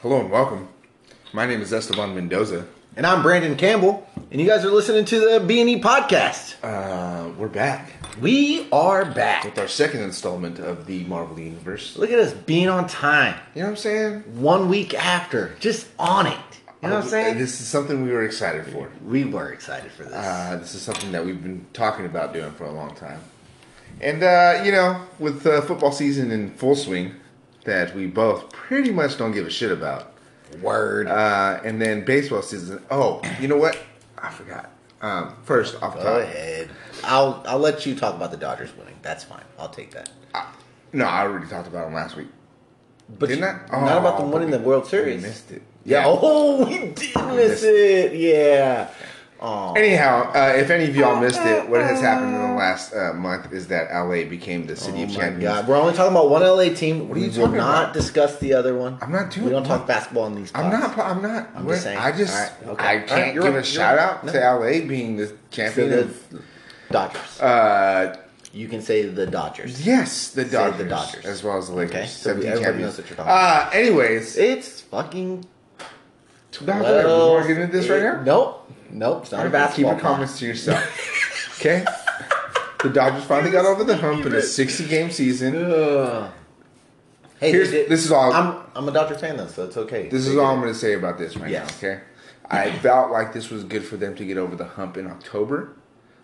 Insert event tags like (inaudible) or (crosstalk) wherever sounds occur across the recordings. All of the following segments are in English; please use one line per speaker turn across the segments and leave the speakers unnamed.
Hello and welcome. My name is Esteban Mendoza.
And I'm Brandon Campbell, and you guys are listening to the B&E podcast.
Uh, we're back
We are
with
back.
our second installment of the Marvel Universe.
Look at us being on time.
You know what I'm saying?
One week after, just on it. You know what I'm saying?
Uh, This is something we were excited for.
We were excited for this.
Uh, this is something that we've been talking about doing for a long time. And, uh, you know, with uh, football season in full swing, that we both pretty much don't give a shit about.
Word.
Uh, and then baseball season. Oh, you know what? I forgot. Um, first, off the
Go
top.
ahead. I'll I'll let you talk about the Dodgers winning. That's fine. I'll take that.
No, I already talked about them last week.
But
Didn't
you-
I?
not
Oh,
about them
but
winning
we-
the World
We
Series.
missed it.
Yeah. (laughs) Oh, we did miss
missed
it. Yeah. Oh.
Anyhow, uh, if any of y'all missed it, what has happened in the last uh, month is that LA became the city
Oh
of
my
champions.
God. We're only talking about one LA team.
are
we
you
will
talking
not
about?
discuss the other one.
I'm not doing
We don't
that.
talk basketball in these.
I'm
pods.
not. I'm not.
I'm
we're-
just saying.
I just.
All right, okay.
I
All
can't
right, you're
give
right,
a
you're
shout
right.
out
No.
to LA being the
Say
champion
the
of.
Dodgers.
Uh,
you can say the Dodgers.
yes, the
Say the
Dodgers,
Dodgers.
as well as the Lakers.
Okay, so we-
17
everybody
champions.
knows what you're talking
Uh, anyways,
It's fucking.
no, whatever.
well,
we're getting into this right
it-
now.
Nope. Nope. It's not a
All right, keep
basketball.
your comments
(laughs)
to yourself. okay. The Dodgers finally got over the hump in a 60 game season.
Ugh. Hey,
Here's-
they did-
this is all-
I'm I'm a Dodger fan though, so it's okay.
This
They
is
did
all I'm
it.
going to say about this right
Yes.
now, okay?
(clears throat)
I felt like this was good for them to get over the hump in October,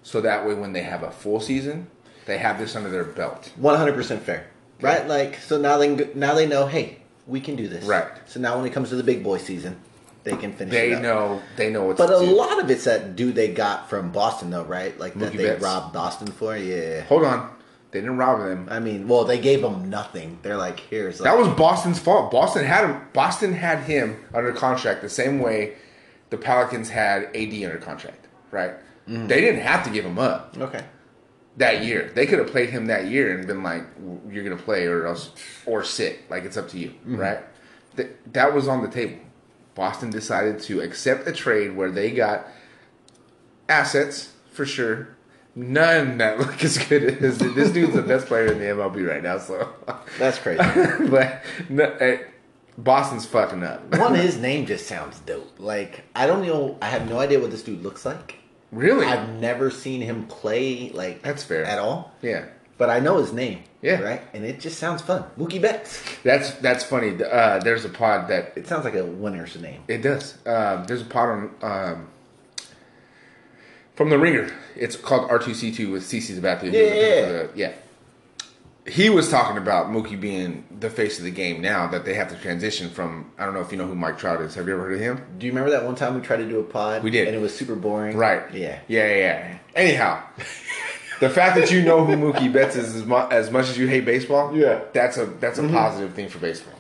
so that way when they have a full season, they have this under their belt.
One hundred percent fair, right? Like so now they can go, now they know. Hey, we can do this.
Right.
So now when it comes to the big boy season, they can finish. it
They
up.
know they know what
But
to
a
do.
lot of it's that dude they got from Boston though, right? Like that
Mookie
they
Betts.
robbed Boston for. Yeah.
Hold on, they didn't rob them.
I mean, well, they gave him nothing. They're like, here's like,
That was Boston's fault. Boston had him. Boston had him under contract the same way the Pelicans had AD under contract, right?
Mm.
They didn't have to give him up
okay.
that year. They could have played him that year and been like, "You're gonna play or else or sit." Like it's up to you, right? Th- that was on the table. Boston decided to accept a trade where they got assets for sure. None that (laughs) look as good as this dude's the best player in the MLB right now. So, (laughs)
That's crazy.
but no, eh, Boston's fucking up.
One, his name just sounds dope. Like I don't know, I have no idea what this dude looks like.
Really?
I've never seen him play like
That's fair.
at all.
yeah.
But I know his name.
Yeah.
Right? And it just sounds fun. Mookie Betts.
That's that's funny. Uh, there's a pod that
It sounds like a winner's name.
It does. Um, there's a pod on um, from the Ringer. It's called R two C two with CC Sabathia. who was the-
Yeah.
the- yeah. He was talking about Mookie being the face of the game now that they have to transition from. I don't know if you know who Mike Trout is. Have you ever heard of him?
Do you remember that one time we tried to do a pod?
We did.
And it was super boring.
Right.
Yeah.
Yeah. Yeah. yeah. Anyhow, the fact that you know who Mookie Betts is as, mu- as much as you hate baseball,
Yeah. Mm-hmm. Mm.
that's a that's a positive thing for baseball.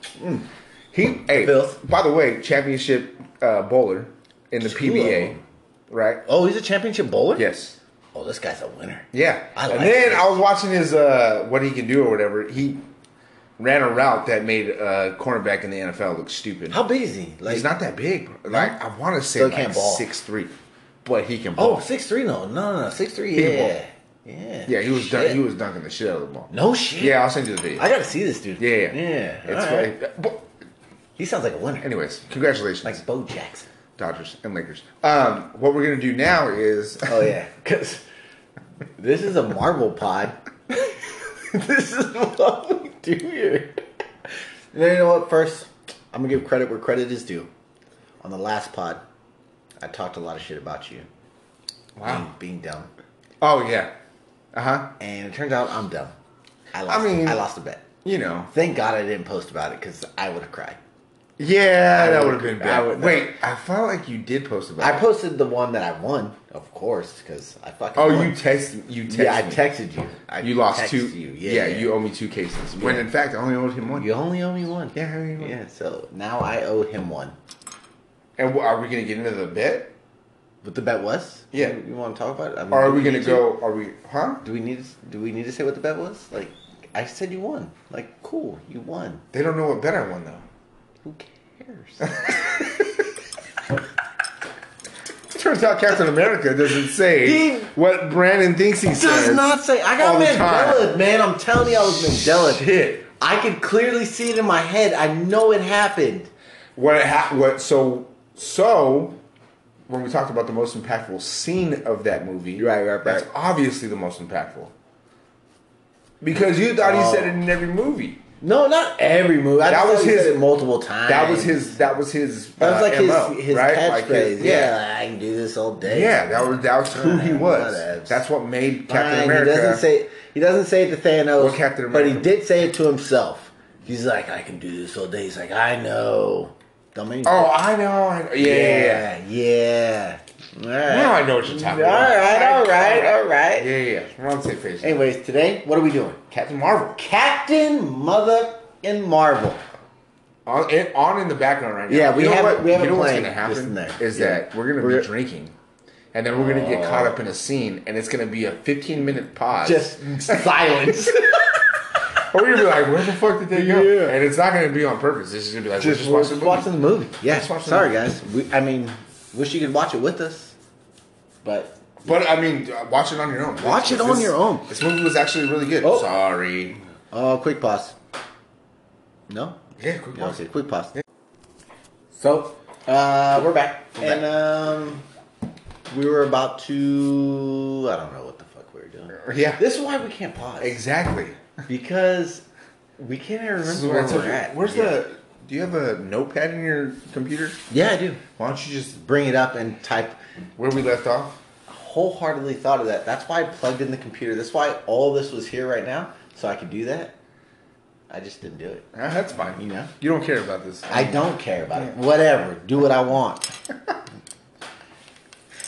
He, hey,
Phil.
by the way, championship uh, bowler in the
Two of
PBA,
them.
right?
Oh, he's a championship bowler?
Yes.
Oh, this guy's a winner.
Yeah.
I
and
like
then
this.
I was watching his uh, what he can do or whatever. He ran a route that made a cornerback in the NFL look stupid.
How big is he? Like
He's not that big. bro. Like I want to say
Still
like
can't ball.
six three, but he can ball.
Oh, six three no. No, no, no. Six three,
can
yeah. Yeah.
Yeah, he was dun-
Shit.
he was dunking the shit out of the ball.
No shit.
Yeah, I'll send you the video.
I gotta see this dude.
yeah, yeah,
Yeah.
It's
All right.
funny. But
He sounds like a winner.
anyways, congratulations,
Like Bo Jackson.
Dodgers and Lakers. Um, what we're gonna do now is
Oh (laughs) yeah, because this is a Marvel pod. (laughs) this is what we do here. And then you know what? First, I'm gonna give credit where credit is due. On the last pod, I talked a lot of shit about you.
wow.
being, being dumb,
(laughs) Oh yeah, uh huh.
and it turns out I'm dumb. I lost. I
mean-
I lost a bet.
You know,
Thank God I didn't post about it because I would have cried.
yeah,
I
that
would-
would have been
I
bad.
would-
Wait, I felt like you did post about.
I
it.
posted the one that I won, of course, because I fucking.
Oh,
won.
you text you text
yeah, I
me.
texted you. I
you lost
texted
two.
You.
Yeah, you owe me two cases. When in fact, I only owed him one.
You only owe me one.
Yeah, I owe you one.
Yeah. So now I owe him one.
And wh- are we gonna get into the bet?
What the bet was?
Yeah.
You, want to talk about it? I mean,
Or are
do
we gonna
need
go? Are we? Huh?
Do we need? Do we need to say what the bet was? Like, I said you won. Like, cool, you won.
They don't know what bet I won though.
Who
(laughs)
cares?
Turns out Captain America doesn't say
He-
what Brandon thinks he says.
Does not say. I got
all the time.
Mandela, man. I'm telling you, I was Mandela.
Shit.
I could clearly see it in my head. I know it happened.
What it ha- what so so when we talked about the most impactful scene of that movie,
Right, right, right.
That's obviously the most impactful because you thought he said it in every movie.
No, not every movie. I
That
thought
was
he
his-
said it multiple times.
That was his. That was his.
Oh. That was
uh,
like his
MO,
his
right?
catchphrase.
Like his-
yeah, like, I can do this all day.
yeah. That was that was who he was.
Whatevs.
That's what made Captain
Fine,
America.
He doesn't say he doesn't say it to Thanos.
Well, Captain
But he
America.
did say it to himself. He's like, I can do this all day. He's like, I know. Don't mean.
oh, I know. I know. Yeah, yeah, yeah.
yeah, yeah. All right.
Now I know what you're talking about.
All right, all right, all
Yeah,
right.
yeah. yeah. We're on the same page.
Anyways, today, what are we doing?
Captain Marvel.
Captain Mother and Marvel.
On, it, on in the background right now.
Yeah, we
you know
have-
what,
we have
you
a
know what's
plan
gonna
just in
happen
there.
is
Yeah.
that we're gonna
We're-
be drinking, and then we're gonna get caught up in a scene, and it's gonna be a 15 minute pause. (laughs)
Just silence.
or we're gonna be like, where the fuck did they go?
Yeah.
And it's not gonna be on purpose. This is gonna be like,
just
we're just watching
watching,
the movie.
the movie. Yeah.
Just watch the
Sorry,
movie.
guys. We, I mean, wish you could watch it with us, but
But I mean, uh, watch it on your own.
Watch it on your own.
This movie was actually really good.
Oh.
Sorry.
oh, quick pause. No.
Yeah, quick
Yeah,
pause.
okay, quick pause. So, uh, we're back.
We're
and um, we were about to. I don't know what the fuck we were doing.
Yeah,
This is why we can't pause.
exactly.
Because we can't even
This is
remember where
what I
we're
told you.
at.
Where's
yeah.
the? Do you have a notepad in your computer?
Yeah, I do.
Why don't you just
Bring it up and type.
where we left off?
Wholeheartedly thought of that. That's why I plugged in the computer. That's why all this was here right now, so I could do that. I just didn't do it.
Ah, that's fine.
You know?
you don't care about this.
I don't care about it. Whatever. Do what I want.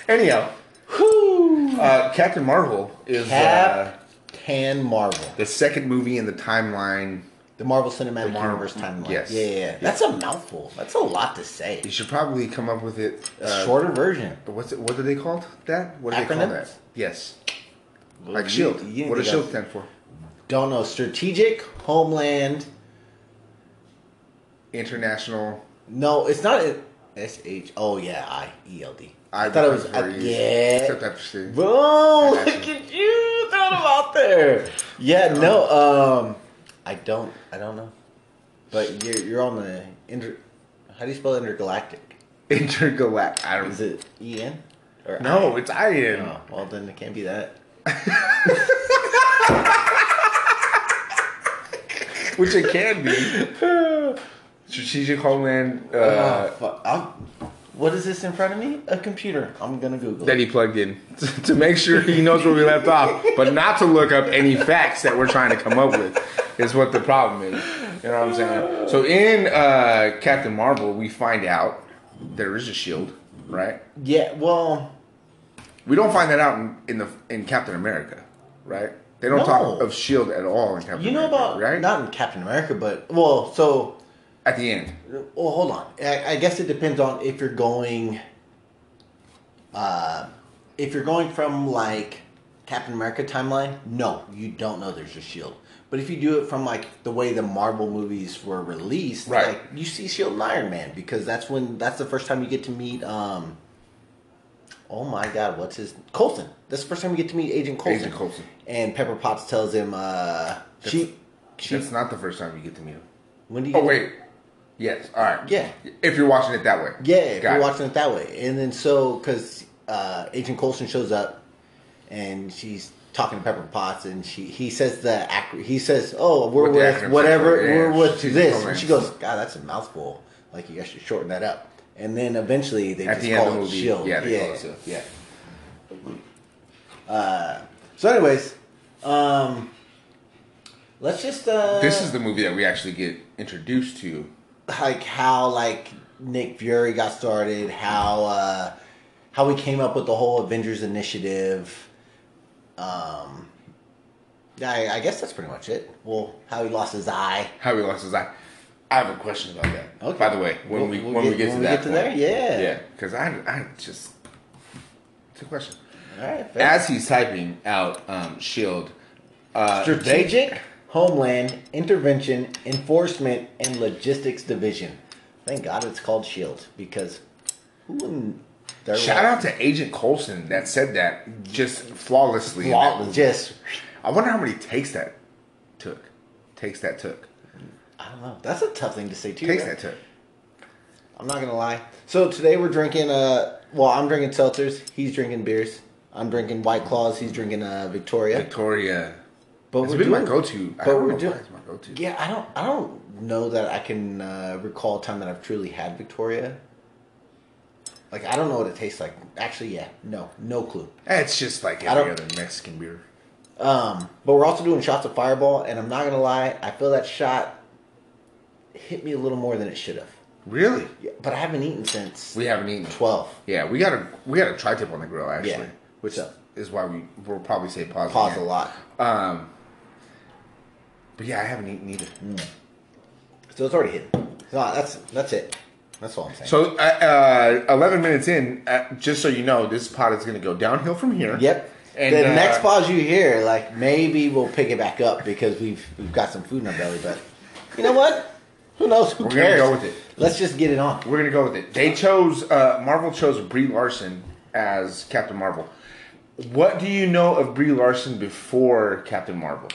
Anyhow,
Whoo!
uh, Captain Marvel is uh,
Captain Marvel.
the second movie in the timeline.
The Marvel Cinematic
The Mar-
Universe timeline.
yes.
Yeah, yeah, yeah. That's a mouthful. That's a lot to say.
You should probably come up with it.
A
Uh,
shorter version.
What's it? What are they called? That? What do they call
Acronym?
that? Yes,
You-
like Shield.
you
E what does
think
Shield
I-
stand for?
Don't know. Strategic Homeland.
International.
No, it's not a- S H. Oh yeah, I E L D. I
I
thought it was
prefer
I-
you, Except
yeah.
after seeing.
Boom!
got
Look
you.
at you throwing them out there. Yeah, no. Um, I don't. I don't know. But you're you're on the inter. How do you spell intergalactic?
(laughs) Intergalactic. I don't.
Is it E N or
No, it's
I?
Iron.
Oh, well then it can't be
(laughs)
that.
Which it
(laughs)
can be. Strategic Homeland uh,
oh, fuck. I'm, what is this in front of me? A computer. I'm gonna Google.
that
it.
he plugged in (laughs) to make sure he knows where we left off, but not to look up any facts that we're trying to come up with is what the problem is. You know what I'm saying? So in uh, Captain Marvel, we find out there is a shield, right?
Yeah. Well,
We don't find that out in, in the in Captain America, right? They don't
No.
talk of shield at all in Captain
you know
America,
about
right?
not in Captain America, but well, so
at the end.
Well, Oh, hold on. I, I guess it depends on if you're going. Uh, if you're going from like Captain America timeline, no, you don't know there's a shield. But if you do it from like the way the Marvel movies were released,
Right.
like you see Shield and Iron Man because that's when that's the first time you get to meet. um Oh my God, what's his Colson? That's the first time you get to meet Agent Colson.
Agent Coulson.
And Pepper Potts tells him, uh, she, she.
That's not the first time you get to meet him.
When do you?
Oh
get to-
wait, yes. All right.
Yeah.
If you're watching it that way.
Yeah, if
Got
you're
it.
watching it that way. And then so, because uh, Agent Coulson shows up, and she's talking to Pepper Potts, and she he says the acro- he says, "Oh, we're
With the
with,
acronyms,
whatever,
yeah,
we're with
strategic
this," and
alliance.
she goes, "God, that's a mouthful. Like you guys should shorten that up." And then eventually they
At
just
the end
call
of the
it
movie,
Shield.
yeah, they
yeah,
call it Shield.
yeah. Uh, so, anyways, um, let's just uh,
This is the movie that we actually get introduced to.
like how like Nick Fury got started, how uh how we came up with the whole Avengers initiative. Um yeah, I, I guess that's pretty much it. Well, how he lost his eye.
How he lost his eye. I have a question about that.
Okay.
By the way, when
We'll-
we
we'll
when we
get-
get
when
to
we
that
get to
point.
there, yeah.
yeah, because I I just it's a question.
All right, fair.
As he's typing out um, Shield, uh,
strategic homeland intervention enforcement and logistics division. Thank God it's called Shield E because who in their
shout out to Agent Coulson that said that just flawlessly. in that
Law,
movie.
just
I wonder how many takes that took. Takes that took.
I don't know. That's a tough thing to say too.
Takes
right?
that took.
I'm not gonna lie. So today we're drinking. Uh, well, I'm drinking seltzers. He's drinking beers. I'm drinking White Claws. He's drinking uh, Victoria.
Victoria.
But
It's
we're
been my
doing-
go-to. I
but
don't
we're
know
doing-
why it's my go-to.
Yeah, I don't. I don't know that I can uh, recall a time that I've truly had Victoria. Like I don't know what it tastes like. Actually, yeah, no, no clue.
It's just like
I
every
don't-
other Mexican beer.
Um, but we're also doing shots of Fireball, and I'm not gonna lie, I feel that shot hit me a little more than it should have.
Really?
Yeah, but I haven't eaten since
We haven't eaten.
twelve.
Yeah, we got a we got a tri-tip on the grill actually,
Yeah.
which
So-
is why we we will probably say pause.
Pause a
again.
lot.
Um, but yeah, I haven't eaten either.
Mm. So it's already hidden. No, that's that's it. That's all I'm saying.
So uh, uh, eleven minutes in, uh, just so you know, this pod is going to go downhill from here.
yep.
And
the
uh,
next pause you hear, like maybe we'll pick it back up because we've we've got some food in our belly. But you know what? Who knows? Who
We're gonna
cares?
go with it.
Let's just get it on.
We're gonna go with it. They chose uh, Marvel chose Brie Larson as Captain Marvel. What do you know of Brie Larson before Captain Marvel?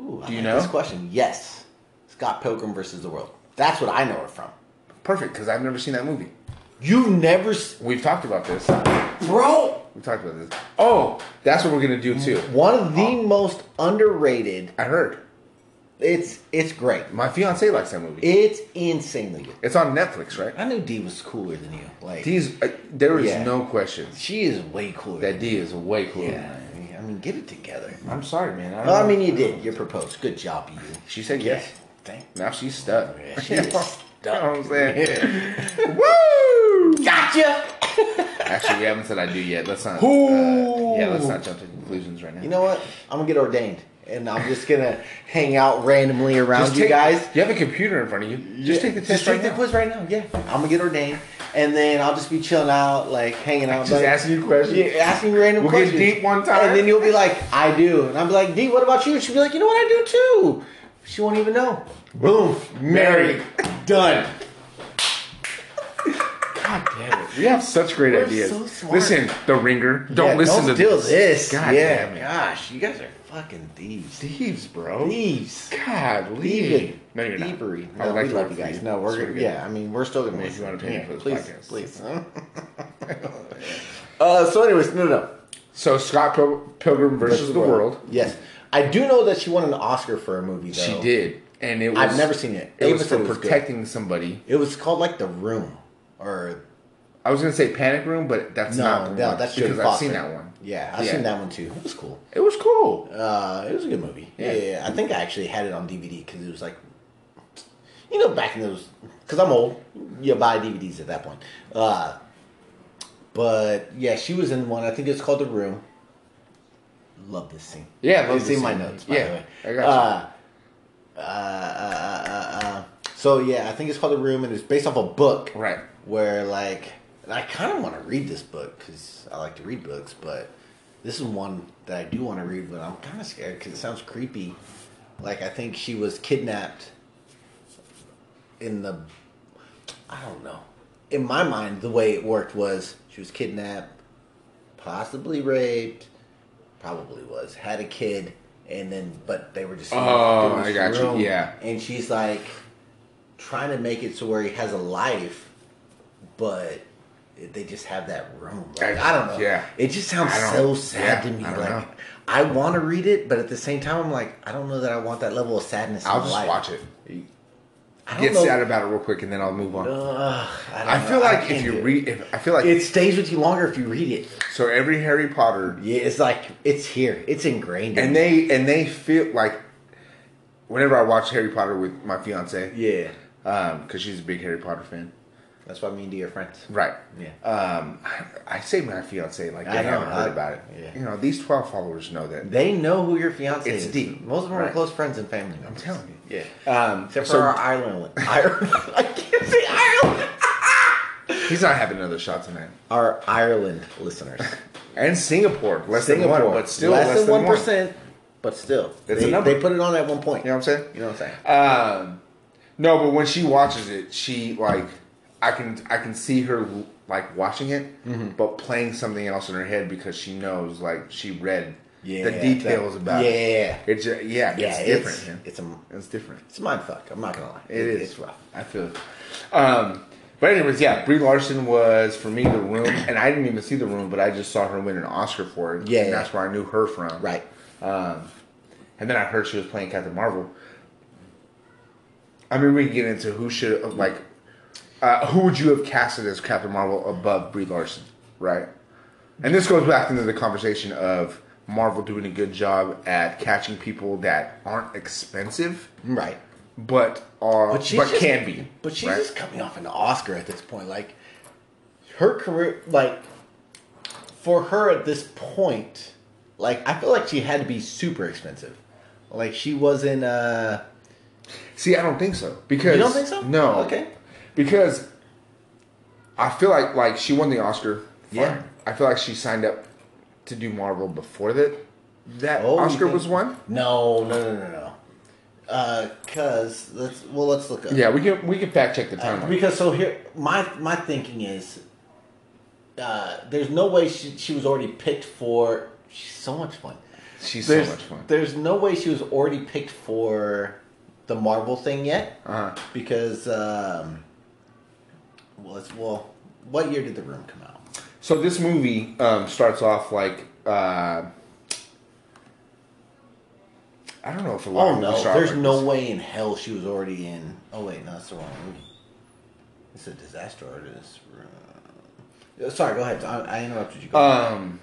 Ooh, I
Do you
like
know?
this question? Yes. Scott Pilgrim versus the World. That's what I know her from.
Perfect, because I've never seen that movie.
You've never, s-
We've talked about this.
bro.
We talked about this. Oh, that's what we're gonna do too.
One of the most underrated.
I heard.
It's it's great.
My fiance likes that movie.
It's insanely good.
It's on Netflix, right?
I knew D was cooler than you. Like
D's, uh, there is
Yeah.
no questions
she is way cooler.
that
than
D is way cooler.
you.
than
Yeah.
I am.
I mean- I mean, get it together.
I'm sorry, man. I, don't
Well, I
know.
mean, you did. You proposed. Good job, you.
she said yes.
Thank.
Now she's stuck. (laughs)
Yeah, she is stuck.
You know what I'm saying? (laughs) Woo!
Gotcha.
Actually, we haven't said I do yet. Let's not. uh,
Ooh.
yeah, let's not jump to conclusions right now.
You know what? I'm gonna get ordained, and I'm just gonna (laughs) hang out randomly around
Just
you
take-
guys.
You have a computer in front of you.
Yeah,
Just take the test.
Just take
right
the
now.
quiz right now. Yeah, I'm gonna get ordained, and then I'll just be chilling out, like hanging out,
Just
like,
asking you questions.
yeah, asking you random
We'll get
questions.
deep one time.
and then you'll be like, "I do," and I'll be like, "D, what about you?" And she'll be like, "You know what? I do too." She won't even know.
Boom. Married.
Done.
God damn it. We have such great
We're
ideas.
so smart.
Listen, The Ringer. Don't
Yeah,
listen
don't
to
steal this.
God
yeah,
damn it.
gosh, you guys are fucking thieves.
Thieves, bro.
Thieves.
God, leave.
Thieving.
No, you're not.
Thievery.
I
No,
would like
we
to
love you
work
guys.
for
No, we're
Swear
gonna,
to
yeah. I mean, we're still gonna
Unless
miss
you wanna pay me for this
please,
podcast.
please.
(laughs)
uh, so, anyways, no, no, no.
So Scott Pil- Pilgrim versus the World.
Yes, I do know that she won an Oscar for a movie. Though.
She did, and it was.
I've never seen it.
It
Ava
was
said
for
good.
protecting somebody.
It was called like The Room, or
I was gonna say Panic Room, but that's not
no,
the
no,
one
that's
because
Jodie
I've seen
Foster.
that one.
Yeah, I've
Yeah.
seen that one too. It was cool.
It was cool.
Uh, it was a good movie. Yeah,
Yeah.
yeah, yeah. I think I actually had it on DVD because it was like, you know, back in those. Because I'm old, you buy DVDs at that point. Uh, but yeah, she was in one. I think it's called The Room. Love this scene.
Yeah, I love
it's
this
in my
scene.
notes. By
Yeah,
the way.
I got
Uh, uh, uh, uh, uh, uh. So yeah, I think it's called The Room, and it's based off a book
Right.
where like and I kind of want to read this book because I like to read books, but this is one that I do want to read, but I'm kind of scared because it sounds creepy. Like I think she was kidnapped in the I don't know. In my mind, the way it worked was she was kidnapped, possibly raped, probably was had a kid, and then but they were just
Oh,
in this
I got you. Yeah.
and she's like trying to make it to where he has a life, but they just have that room. Like, I,
I-
don't know.
yeah.
It just sounds
I
so
don't-
sad
yeah,
to me.
I don't
like
know.
I want to read it, but at the same time, I'm like, I don't know that I want that level of sadness. in
I'll
my
just
life.
watch it.
I don't
Get
know.
sad about it real quick, and then I'll move on.
Ugh, I, don't
I
know.
feel
I
like if
can't do
you
it.
read, if, I feel like
it stays with you longer if you read it.
so every Harry Potter
Yeah, it's like it's here. It's ingrained. in
and
me.
they and they feel like whenever I watch Harry Potter with my fiance,
yeah,
um, because she's a big Harry Potter fan,
that's why me and D are friends. Uh,
right?
Yeah.
Um, I, I say my fiance like they
I know,
haven't heard
I-
about it.
yeah.
You know, these twelve followers know that.
They know who your fiance
It's
is.
deep,
Most of them are
right.
close friends and family members.
I'm telling you.
Yeah.
Um,
Except for
so
our Ireland one. Ireland. (laughs) I can't say Ireland.
he's not having another shot tonight.
Our Ireland listeners.
And Singapore, less than one, but still
less, than one
one.
percent, but still,
That's
they,
a number.
they put it on at one point.
You know what I'm saying?
You know what I'm saying?
Um, no, but when she watches it, she like I can I can see her like watching it,
Mm-hmm.
but playing something else in her head because she knows like she read the details
that-
about
yeah,
it.
yeah,
It ju- yeah,
yeah.
it's
Yeah,
different.
It's,
man.
it's a
It's different.
it's a mind fuck. I'm not gonna lie.
It is.
It's rough.
I feel it. Um, But anyways, yeah, Brie Larson was for me the room, and I didn't even see the room, but I just saw her win an Oscar for it.
Yeah.
and that's where I knew her from.
Right.
Um, and then I heard she was playing Captain Marvel. I mean, we can get into who should have, like, uh, who would you have casted as Captain Marvel above Brie Larson, right? And this goes back into the conversation of Marvel doing a good job at catching people that aren't expensive,
Right.
but are but,
she's just-
can be.
But she's
right?
just coming off an Oscar at this point. Like her career, like for her at this point, like I feel like she had to be super expensive. Like she wasn't. uh
See, I don't think so because
You don't think so?
No.
Okay.
Because I feel like like she won the Oscar. Fine.
Yeah.
I feel like she signed up to do Marvel before that. That
Oh, you
Oscar
think-
was won.
No, no, no, no, no. Uh, cause let's well, let's look up.
Yeah, we can we can fact check the timeline.
Because so here, my my thinking is, uh, there's no way she she was already picked for. She's so much fun.
She's
there's,
so much fun.
There's no way she was already picked for the Marvel thing yet
Uh,
because um, well, it's, well, what year did the Room come out?
so this movie um, starts off like uh, I don't know if a lot
Oh
of
no,
movies start
there's
like
no
this.
way in hell she was already in. Oh wait, no, that's the wrong movie. It's a disaster artist. Room. Uh, Sorry, go ahead. I, I interrupted you. Go ahead.
Um,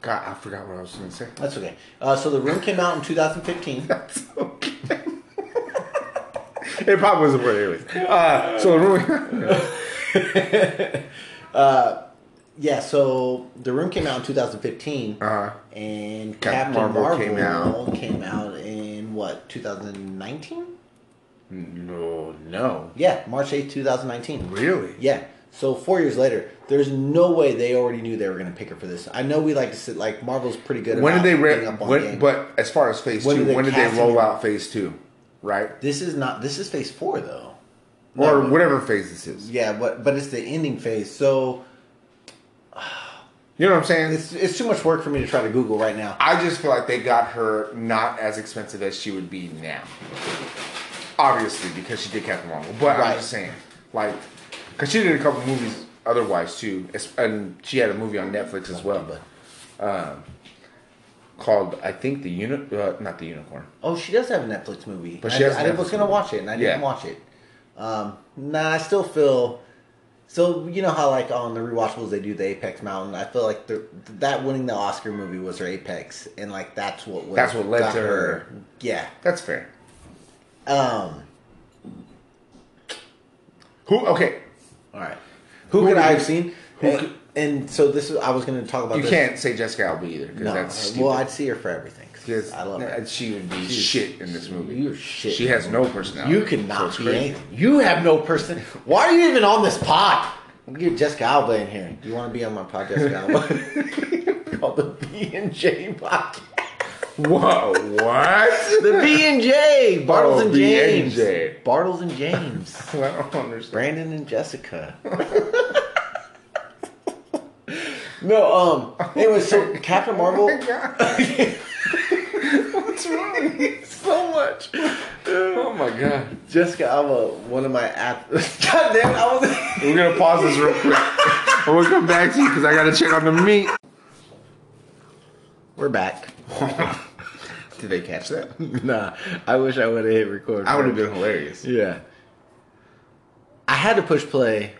God, I forgot what I was going to say.
That's okay. Uh, so the room came out in 2015.
That's okay. it probably wasn't for anyways. Uh, so the room.
(laughs) Yeah, so the room came out in 2015,
Uh,
and Captain,
Captain Marvel
Marvel,
came
came
out.
out in what 2019?
no, no.
Yeah, March 8th, 2019.
Really?
Yeah. So four years later, there's no way they already knew they were going to pick her for this. I know we like to sit like Marvel's pretty good.
When did
about
they
being
re-
up on
when,
game.
But as far as phase
When
two,
did they
when did they
cast
roll
him?
out phase two? Right?
this is not. This is Phase Four though.
Or
No.
whatever phase this is.
Yeah, but but it's the ending phase. So
You know what I'm saying?
it's it's too much work for me to try to Google right now.
I just feel like they got her not as expensive as she would be now. Obviously, because she did Captain Marvel. But I'm
Right.
just saying, like, because she did a couple movies otherwise too, es- and she had a movie on Netflix as well. um,
But
called I think the unit uh, not the unicorn.
Oh, she does have a Netflix movie.
But
But
she
I,
has a
I was
Netflix
gonna
movie.
watch it, and I
Yeah.
didn't watch it. Um, nah, I still feel. So you know how like on the rewatchables they do the Apex Mountain. I feel like the, that winning the Oscar movie was her Apex, and like that's what was,
That's what led
got
to her.
Yeah.
That's fair.
Um.
Who? Okay,
All right. Who,
Who
could
would
I
you-
have seen?
who
and,
could-
and so this is I was gonna talk about.
you
this.
can't say Jessica Alba either because
No.
that's stupid.
well, I'd see her for everything. 'cause
'Cause
I love her.
She would be
She's-
shit in this movie.
you're shit.
She has no personality.
You could
so
not
it's
be
crazy.
anything. You have no person. Why are you even on this pod? We'll get Jessica Alba in here. You want to be on my pod, Jessica Alba? (laughs) Called the B and J podcast.
Whoa! What?
The B and J.
Oh,
Bartles and James.
B&J.
Bartles and James.
(laughs) I don't understand.
Brandon and Jessica. (laughs) no. Um. Anyway, so Captain Marvel.
Oh my god! (laughs) What's wrong?
so much.
Oh my god!
Jessica Alba, one of my app. (laughs) God damn! I was. (laughs)
We're gonna pause this real quick. (laughs) I will come back to you because I gotta check on the meat.
We're back. (laughs)
Did they catch that?
nah, I wish I would have hit record.
I would have
first.
been hilarious.
Yeah. I had to push play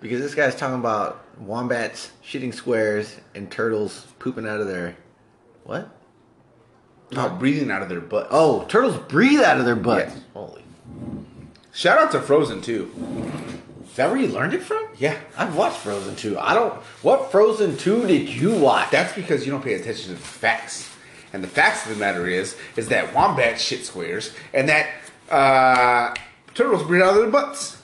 because this guy's talking about wombats shitting squares and turtles pooping out of their. What?
No, breathing out of their butt.
Oh, turtles breathe out of their butts.
Yes.
Holy.
Shout out to Frozen too.
Is that where you learned it from?
Yeah.
I've watched Frozen 2. I don't. What Frozen 2 did you watch?
That's because you don't pay attention to the facts. And the facts of the matter is, is that wombat shit squares and that uh, turtles breed out of their butts.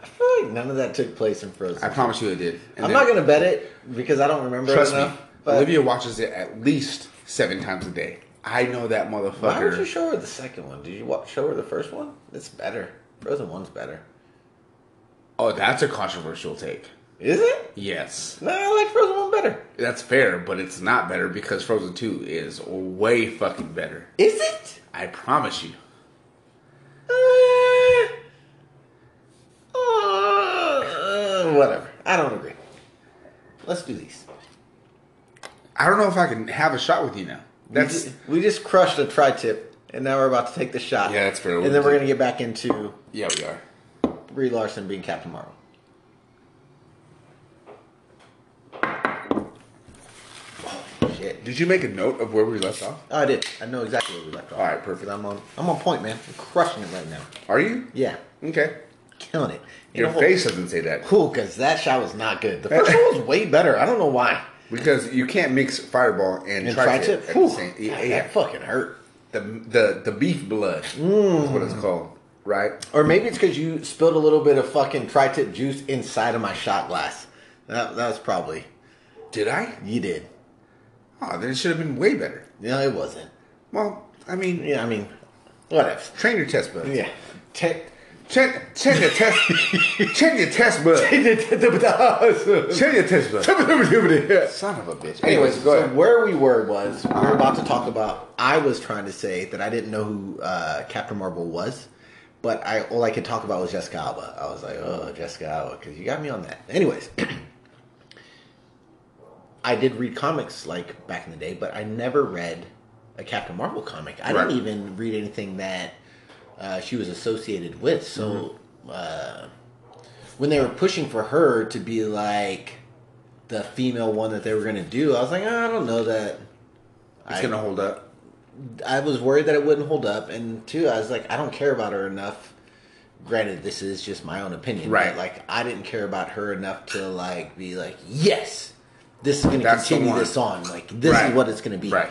I feel like none of that took place in Frozen.
I promise you it did. And
I'm
then-
not going to bet it because I don't remember
trust
it enough.
me.
but
Olivia watches it at least seven times a day. I know that motherfucker.
Why would you show her the second one? Did you wa show her the first one? It's better. Frozen one's better.
oh, that's a controversial take.
Is it?
Yes,
No, I like Frozen one better.
that's fair, but it's not better because Frozen Two is way fucking better.
Is it?
I promise you.
Uh, Let's do these.
I don't know if I can have a shot with you now.
we
That's
just, we just crushed a tri tip, and now we're about to take the shot.
Yeah, that's fair.
And then we're gonna get back into
yeah, we are.
Brie Larson being Captain Marvel. Oh, shit.
Did you make a note of where we left off?
Oh, I did. I know exactly where we left off.
All right, perfect.
I'm on. I'm on point, man. I'm crushing it right now.
Are you?
Yeah,
Okay.
killing it. You
Your
know,
face doesn't say that
Cool, because that shot was not good. The first one was way better. I don't know why.
because you can't mix fireball and,
And
tri
try
tip.
to.
at
Whew,
the same. Yeah,
God,
yeah.
That fucking hurt.
the the the beef blood is what it's called, right?
Or maybe it's because you spilled a little bit of fucking tri-tip juice inside of my shot glass. That, that was probably
Did I?
you did.
Oh, then it should have been way better.
No, it wasn't.
Well, I mean,
Yeah, I mean, whatever.
train your test buds.
Yeah. (laughs) Take.
Check, check your (laughs) test. check your test bud. Check your test bud. (laughs) Son of a bitch. Anyways, go
So
ahead.
where we were was we were about to talk about. I was trying to say that I didn't know who uh, Captain Marvel was, but I all I could talk about was Jessica Alba. I was like, oh, Jessica Alba, because you got me on that. Anyways, (clears throat) I did read comics like back in the day, but I never read a Captain Marvel comic. I
Right.
didn't even read anything that uh, she was associated with. So
Mm-hmm.
uh, when they were pushing for her to be like the female one that they were going to do, I was like, "Ah, I don't know that.
It's
I-
gonna hold up.
I was worried that it wouldn't hold up, and two, I was like, I don't care about her enough. Granted, this is just my own opinion,
Right.
But, like, I didn't care about her enough to like be like, yes, this is going to
That's the
continue
one."
this on. Like, this
Right.
is what it's going to be.
Right.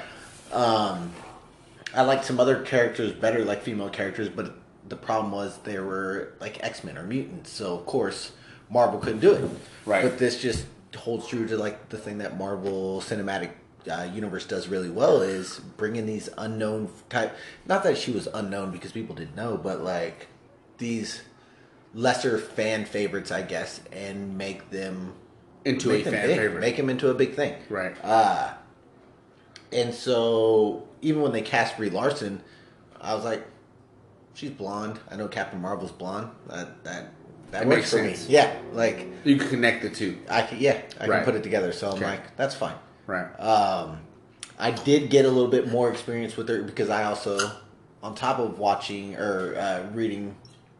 I liked some other characters better, like female characters, but the problem was they were like X Men or mutants, so of course Marvel couldn't do it.
Right.
But this just holds true to like the thing that Marvel Cinematic uh, Universe does really well is bringing these unknown type. Not that she was unknown because people didn't know, but like these lesser fan favorites, I guess, and make them
Into
make
a
them
fan
big,
favorite.
make them into a big thing.
right.
Uh, And so even when they cast Brie Larson, I was like, she's blonde. I know Captain Marvel's blonde. That that that
It makes
works for
sense.
me. Yeah, like
you can connect the two.
I can, yeah, I
Right.
can put it together. So I'm
Okay.
like, that's fine.
Right.
Um, I did get a little bit more experience with her because I also, on top of watching or uh, reading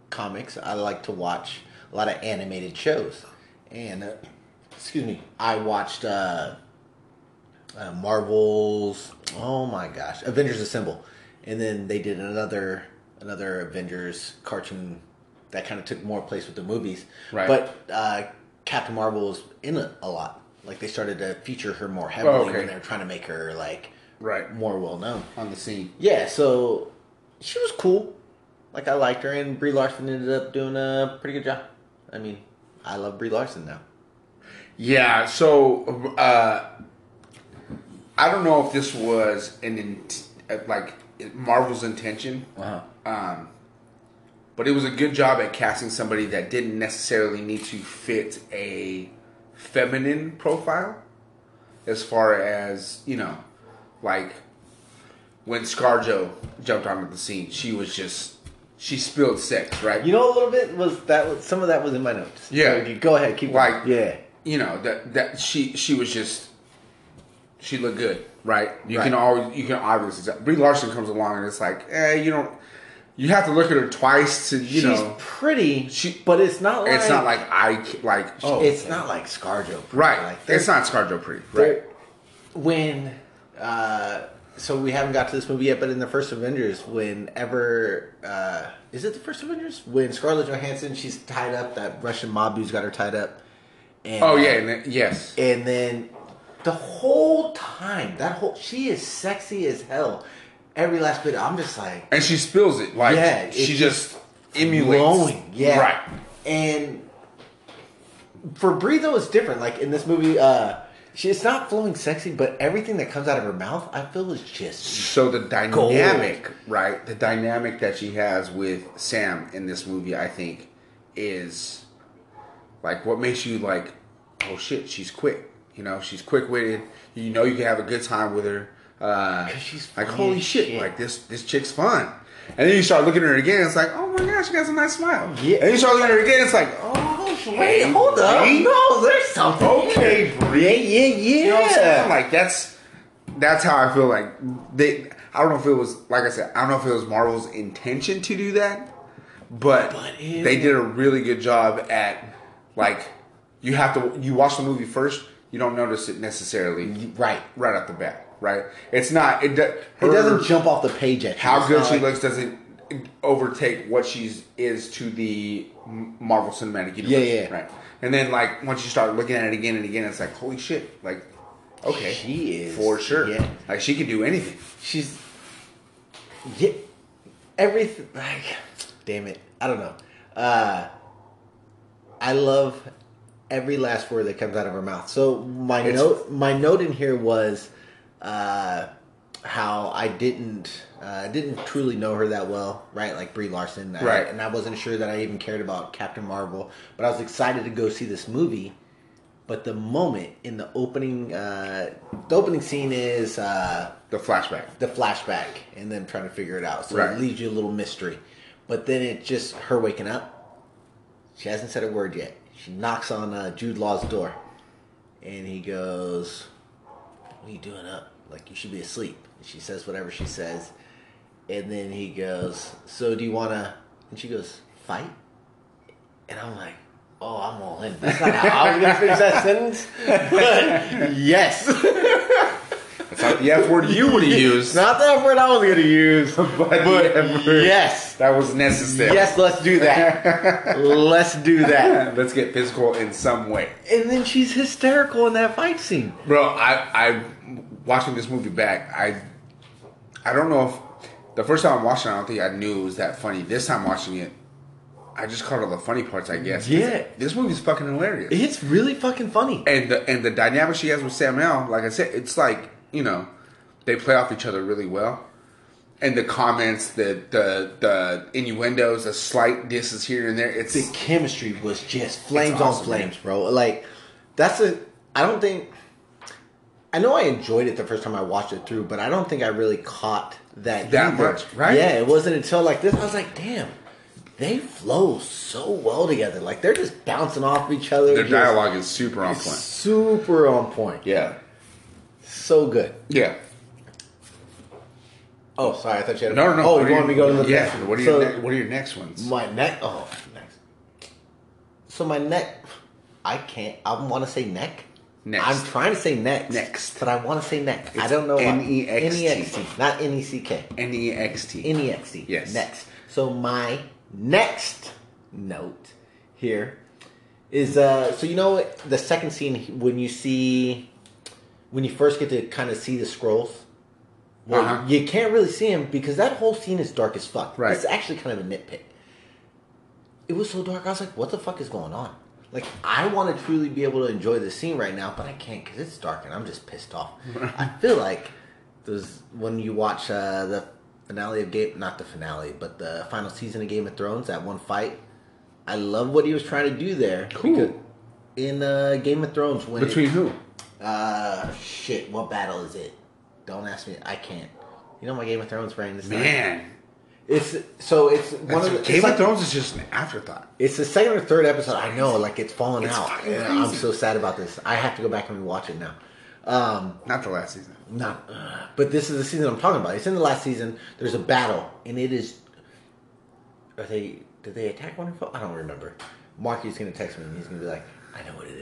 comics, I like to watch a lot of animated shows. And, uh, excuse me, I watched uh, uh, Marvel's, oh my gosh, Avengers Assemble. And then they did another another Avengers cartoon that kind of took more place with the movies.
Right.
But uh, Captain Marvel was in it a lot. Like they started to feature her more heavily
Oh, okay.
when they were trying to make her like
right.
more well known.
On the scene.
Yeah, so she was cool. Like I liked her, and Brie Larson ended up doing a pretty good job. I mean, I love Brie Larson now.
Yeah. So uh, I don't know if this was an int- uh, like Marvel's intention,
Wow.
um, but it was a good job at casting somebody that didn't necessarily need to fit a feminine profile, as far as you know, like when ScarJo jumped onto the scene, she was just she spilled sex, right?
You know, a little bit was that was, some of that was in my notes.
Yeah.
So, go ahead, keep
Like-
going. yeah,
you know that that she she was just she looked good, right? You can
Right.
always you can obviously tell. Brie Larson comes along and it's like, eh, you don't. You have to look at her twice to you
she's
know.
pretty,
she-
but it's not like
It's not like I ca- like oh
it's not like ScarJo,
right.
Like
it's
there's-
not ScarJo pretty right.
when uh so we haven't got to this movie yet but in the first avengers whenever uh is it the first avengers when scarlett johansson she's tied up that russian mob who's got her tied up and
Oh yeah, and then, yes.
and then the whole time that whole she is sexy as hell every last bit i'm just like
And she spills it like
Yeah, it's
she just emulates.
glowing yeah
Right.
and for Brie though it's different like in this movie uh she, it's not flowing sexy, but everything that comes out of her mouth, I feel is just
So the dynamic, right? The dynamic that she has with Sam in this movie, I think, is like what makes you like, oh shit, she's quick. You know, she's quick witted. You know, you can have a good time with her. Uh,
'Cause she's
like,
funny
holy
as
shit,
shit.
like this this chick's fun. And then you start looking at her again, it's like, oh my gosh, she got a nice smile.
Yeah.
And you start looking at her again, it's like, oh
Wait,
Okay,
hold up.
Bree.
No, there's something.
Okay,
Yeah,
Bree.
yeah, yeah.
You know what I'm saying? Like that's that's how I feel. Like they, I don't know if it was like I said, I don't know if it was Marvel's intention to do that, but,
But it-
they did a really good job at like you have to you watch the movie first, you don't notice it necessarily
right.
right off the bat, right? It's not it. do-
It
her-
doesn't jump off the page at you.
how
It's
good
not
she
like-
looks doesn't overtake what she's is to the M- Marvel Cinematic Universe.
Yeah, yeah.
Right. And then like once you start looking at it again and again, it's like holy shit! Like, okay,
She is-
for sure.
yeah.
Like she could do anything.
She's. Yeah. Everything. Like, damn it. I don't know. Uh, I love every last word that comes out of her mouth. So my
It's-
note, my note in here was uh, how I didn't, uh, didn't truly know her that well, right? Like Brie Larson, I-
Right.
And I wasn't sure that I even cared about Captain Marvel, but I was excited to go see this movie. But the moment in the opening, uh, the opening scene is. Uh,
The flashback.
the flashback and then trying to figure it out. So
Right.
it leaves you a little mystery. But then it just her waking up. She hasn't said a word yet. She knocks on uh, Jude Law's door, and he goes, "What are you doing up? Like you should be asleep." And she says whatever she says, and then he goes, "So do you wanna?" And she goes, "Fight." And I'm like, "Oh, I'm all in." (laughs) That's not how I was gonna finish that sentence, but (laughs) yes.
That's not the
(laughs)
F word you would have used,
Not the word I was gonna use, but,
but the F word
yes,
that was necessary.
yes, let's do that. (laughs) let's do that.
(laughs) Let's get physical in some way.
And then she's hysterical in that fight scene.
Bro, I I watching this movie back. I I don't know if the first time I'm watching, it, I don't think I knew it was that funny. This time watching it, I just caught all the funny parts. I guess.
Yeah.
this movie's fucking hilarious.
It's really fucking funny.
and the and the dynamic she has with Samuel, like I said, it's like you know, they play off each other really well. And the comments, the the the innuendos, the slight disses here and there. It's
The chemistry was just flames
It's
on
awesome,
flames, bro. Like that's a. I don't think. I know I enjoyed it the first time I watched it through, but I don't think I really caught that
That
either.
much, right?
Yeah, it wasn't until like this I was like, damn, they flow so well together. Like they're just bouncing off each other.
their
just-
dialogue is super on point.
Super on point.
Yeah,
So good.
yeah.
Oh, sorry. I thought you had a
No, no, no.
Oh,
What
you
are
want me to go to the
yeah.
next one?
What are
so
your ne- What are your next ones?
My neck. Oh, next. So my neck. I can't. I want to say neck.
Next.
I'm trying to say next.
Next.
But I want to say neck. I
It's E
don't know. why.
N-E-X-T.
N-E-X-T. Not N-E-C-K.
N e x t.
N-E-X-T.
Yes.
Next. So my next note here is uh so you know the second scene when you see when you first get to kind of see the scrolls well
Uh-huh.
you can't really see them because that whole scene is dark as fuck
Right.
it's actually kind of a nitpick it was so dark i was like what the fuck is going on like i want to truly be able to enjoy the scene right now but i can't because it's dark and i'm just pissed
(laughs)
off i feel like those when you watch uh, the finale of game not the finale but the final season of game of thrones that one fight i love what he was trying to do there
Cool.
in uh, Game of Thrones when
Between who?
uh shit, what battle is it? Don't ask me. I can't. You know my Game of Thrones brain is not-
Man,
It's so it's one of the
Game
it's, like-
of Thrones is just an afterthought.
it's the second or third episode. I know, like it's falling
It's
out.
fucking
Yeah, I'm
crazy.
so sad about this. I have to go back and rewatch it now. Um,
Not the last season.
not, uh, but this is the season I'm talking about. It's in the last season. There's a battle, and it is. Are they? Did they attack Winterfell? I don't remember. Marky's gonna text me, and he's gonna be like, "I know what it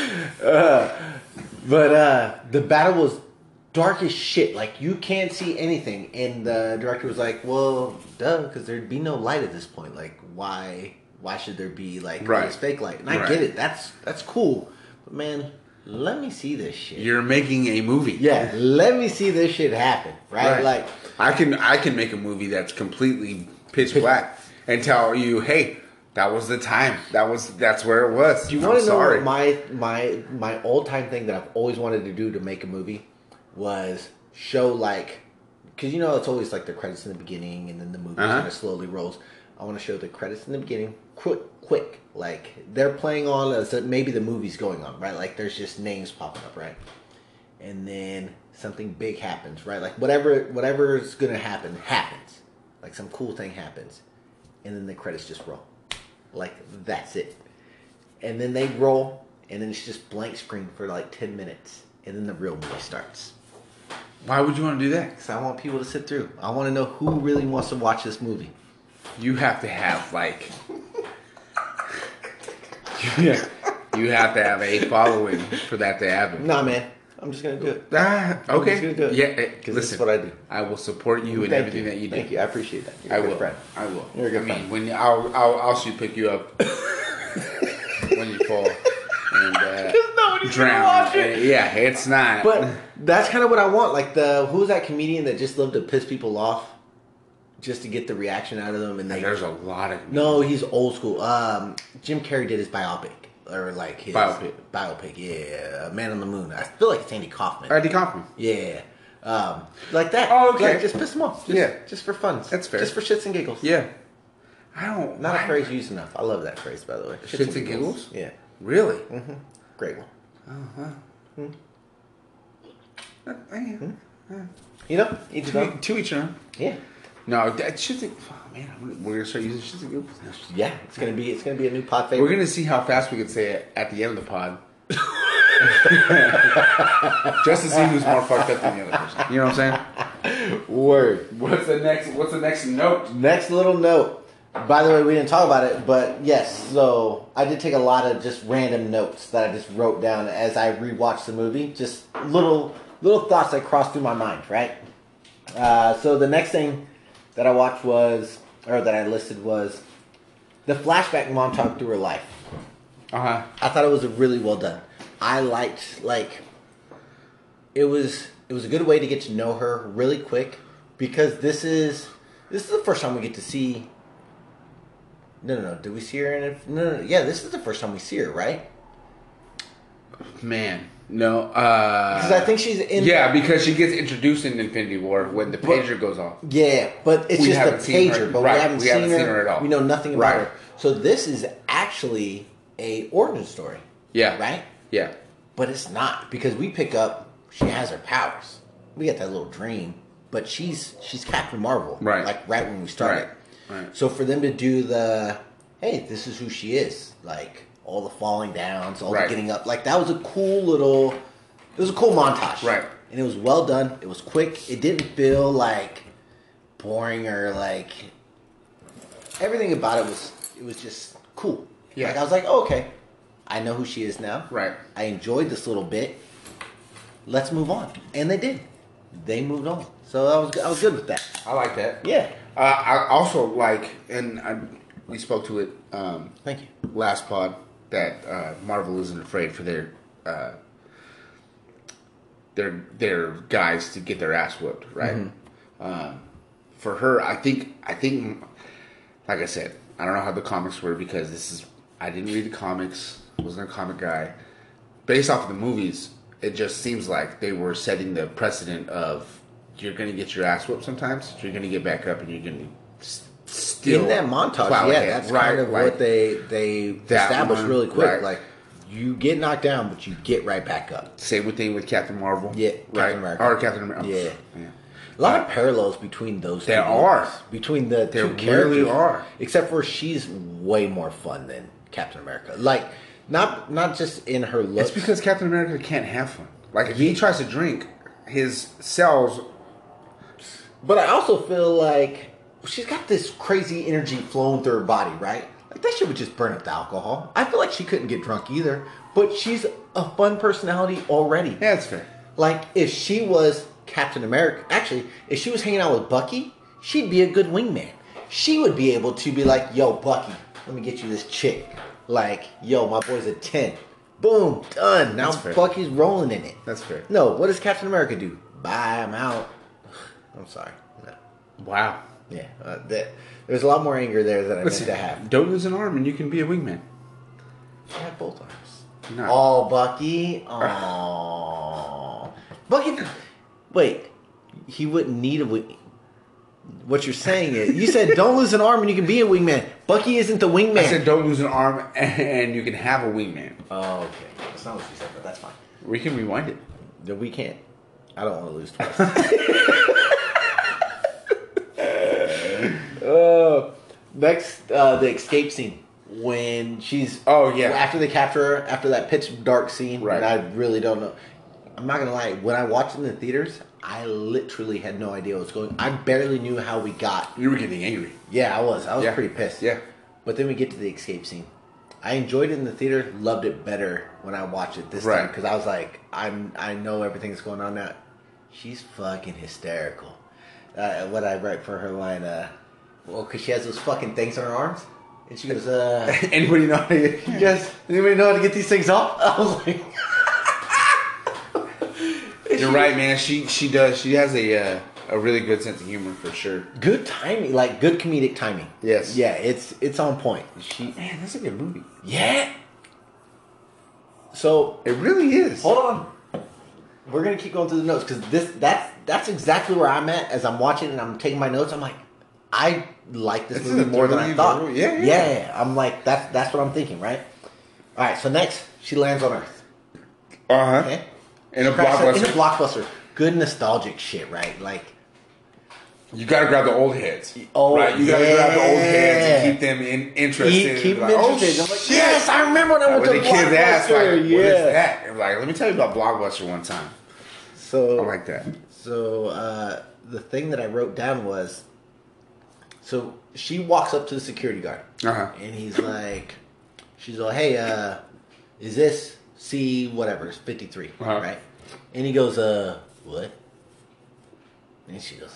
(laughs)
is." But uh the battle was dark as shit. Like you can't see anything, and the director was like, "Well, duh, because there'd be no light at this point. Like, why? Why should there be like
Right.
this fake light?" And I
Right.
get it. That's that's cool. But man, let me see this shit.
You're making a movie.
yeah, let me see this shit happen. Right?
Right.
Like,
I can I can make a movie that's completely pitch black and tell you, hey, that was the time. That was that's where it was.
do you
I'm
want to know
sorry.
what my my my old time thing that I've always wanted to do to make a movie was show like because you know it's always like the credits in the beginning and then the movie
Uh-huh.
kind of slowly rolls. I want to show the credits in the beginning, quick, quick, like they're playing on as that maybe the movie's going on, right? Like there's just names popping up, right? And then something big happens, right? Like whatever whatever's gonna happen happens, like some cool thing happens, and then the credits just roll. Like that's it. And then they roll, and then it's just blank screen for like ten minutes, and then the real movie starts.
Why would you want to do that?
Because I want people to sit through. I want to know who really wants to watch this movie.
You have to have (laughs) like. yeah. You have to have a following for that to happen.
Nah, man, I'm just gonna do it.
Ah,
I'm
okay.
just gonna do it.
Yeah, eh,
because this is
listen.
what I do.
I will support you in everything that you do.
Thank you. I appreciate that. You're
I
a good
will.
friend.
I will.
You're a good
I mean,
friend.
when I'll, I'll I'll shoot pick you
(laughs)
up when you fall
(laughs)
and uh,
nobody's gonna
drown.
watch it.
Uh, Yeah, it's not.
But that's kind of what I want. Like the who's that comedian that just loved to piss people off, just to get the reaction out of them, and they
there's a lot of
No, he's old school. Um, Jim Carrey did his biopic or like his
Biopic.
Biopic, yeah, Man on the Moon. I feel like it's Andy Kaufman.
Alright, Kaufman.
Yeah, um, like that.
Oh, okay.
Like, just piss him off. Just,
Yeah.
just for fun.
That's fair.
Just for shits and giggles.
Yeah, I don't.
not
why-
a phrase used enough. I love that phrase by the way.
Shits and giggles?
Yeah,
Really?
Hmm.
Uh-huh.
great one. Hmm.
Uh, yeah.
You know, each of
(laughs) To,
them.
to each their own.
Yeah,
No, that shit's. a- Oh, man, I'm gonna- we're gonna start using shit's and giggles. now.
yeah. It's gonna be it's gonna be a new pot favorite.
We're gonna see how fast we can say it at the end of the (laughs) pod. Just to see who's more fucked up than the other person. You know what I'm saying?
Word.
What's the next? What's the next note?
Next little note. By the way, we didn't talk about it, but yes, so I did take a lot of just random notes that I just wrote down as I rewatched the movie. Just little little thoughts that crossed through my mind, right? Uh, so the next thing that I watched was, or that I listed was, the flashback mom talked through her life.
Uh huh.
I thought it was really well done. I liked like it was it was a good way to get to know her really quick because this is this is the first time we get to see No, no, no. Did we see her in it? No, no, no. Yeah, this is the first time we see her, right?
Man, no. uh
Cuz I think she's in
yeah, because she gets introduced in Infinity War when the pager goes off.
Yeah, but it's
We
just
haven't
the
seen
pager,
her.
but
Right,
we haven't, seen, her.
at all.
We know nothing about
Right.
her. So this is actually a origin story.
Yeah.
Right?
Yeah.
But it's not because we pick up she has her powers. We get that little dream, but she's she's Captain Marvel,
Right.
Like right when we started.
Right, right.
So for them to do the hey, this is who she is, like all the falling downs, all
Right.
the getting up, like that was a cool little. It was a cool montage,
Right.
And it was well done. It was quick. It didn't feel like boring or like everything about it was. It was just cool.
Yeah.
Like I was like, oh, okay, I know who she is now.
Right.
I enjoyed this little bit. Let's move on. And they did. They moved on. So I was I was good with that.
I like that.
Yeah.
Uh, I also like, and I, we spoke to it um,
Thank you.
last pod that uh, Marvel isn't afraid for their uh, their their guys to get their ass whooped, right?
Mm-hmm.
Um, for her, I think I think, like I said, I don't know how the comics were because this is I didn't read the comics, wasn't a comic guy. Based off of the movies, it just seems like they were setting the precedent of you're going to get your ass whooped sometimes, you're going to get back up, and you're going to. St- still
in that montage,
plow
yeah,
ahead,
that's
right?
kind of
Like-
what they they
that
established
one,
really quick.
right.
Like you get knocked down, but you get right back up.
Same with thing with Captain Marvel.
Yeah,
right.
Captain America.
Or Captain America.
Yeah.
yeah.
A lot of parallels between those.
There
two
are.
movies. between the
There
two
really
characters,
are.
Except for she's way more fun than Captain America. Like not not just in her looks.
It's because Captain America can't have fun. Like if he tries to drink, his cells.
But I also feel like she's got this crazy energy flowing through her body, right? Like that shit would just burn up the alcohol. I feel like she couldn't get drunk either, but she's a fun personality already.
Yeah, that's fair.
Like if she was Captain America, actually, if she was hanging out with Bucky, she'd be a good wingman. She would be able to be like, "Yo, Bucky, let me get you this chick." Like, "Yo, my boy's a ten. Boom, done. Now
That's fair.
Bucky's rolling in it.
That's fair.
No, what does Captain America do? Bye, I'm out. (sighs) I'm sorry. No.
Wow.
Yeah, uh, that, there's a lot more anger there than I meant to have.
don't lose an arm and you can be a wingman.
I have both arms.
No.
Oh, Bucky.
(laughs)
Oh, Bucky. Wait, he wouldn't need a wing. What you're saying is, you said don't lose an arm and you can be a wingman. Bucky isn't the wingman.
I said don't lose an arm (laughs) and you can have a wingman.
oh, okay. That's not what you said, but that's fine.
We can rewind it.
No, we can't. I don't want to lose
(laughs)
twice. Uh, Next, uh, the escape scene when she's
Oh, yeah.
after they capture her after that pitch dark scene.
Right.
and I really don't know. I'm not gonna lie. When I watched it in the theaters, I literally had no idea what was going. I barely knew how we got.
You were getting angry. (laughs)
Yeah, I was. I was
Yeah.
pretty pissed.
Yeah.
But then we get to the escape scene. I enjoyed it in the theater. Loved it better when I watched it this time
Right.
because I was like, I'm. I know everything's going on now. She's fucking hysterical. Uh, what I write for her line, uh, well, because she has those fucking things on her arms, and she goes,
(laughs)
uh,
Anybody know?
"You guys, anybody know how to get these things off?" (laughs) I was like,
You're right, man. She she does. She has a uh, a really good sense of humor for sure.
"Good timing, like good comedic timing."
Yes.
Yeah, it's it's on point. She,
Man, that's a good movie.
yeah. So
It really is.
Hold on. We're gonna keep going through the notes because this that's that's exactly where I'm at as I'm watching and I'm taking my notes. I'm like, I like this
This is
movie
a
more than I
totally
thought.
normal- yeah, yeah.
I'm like that's that's what I'm thinking, right? All right. So next, she lands on Earth.
Uh huh.
Okay.
In a
Cracks her- In a
blockbuster,
blockbuster. Good nostalgic shit, right? Like,
you gotta grab the old heads.
Oh,
right. You gotta grab the old heads
yeah.
and keep them in interested.
keep, keep
Like,
them
oh,
interested. I'm like,
shit.
yes, I remember when I went
With
to
the kid's
blockbuster.
ass, like, what
yeah.
is that? And like, let me tell you about Blockbuster one time.
So
I like that.
So uh, the thing that I wrote down was, so she walks up to the security guard,
Uh-huh.
and he's like, she's like, hey, uh, is this C whatever? It's fifty
Uh-huh.
right? And he goes, uh, what? And she goes,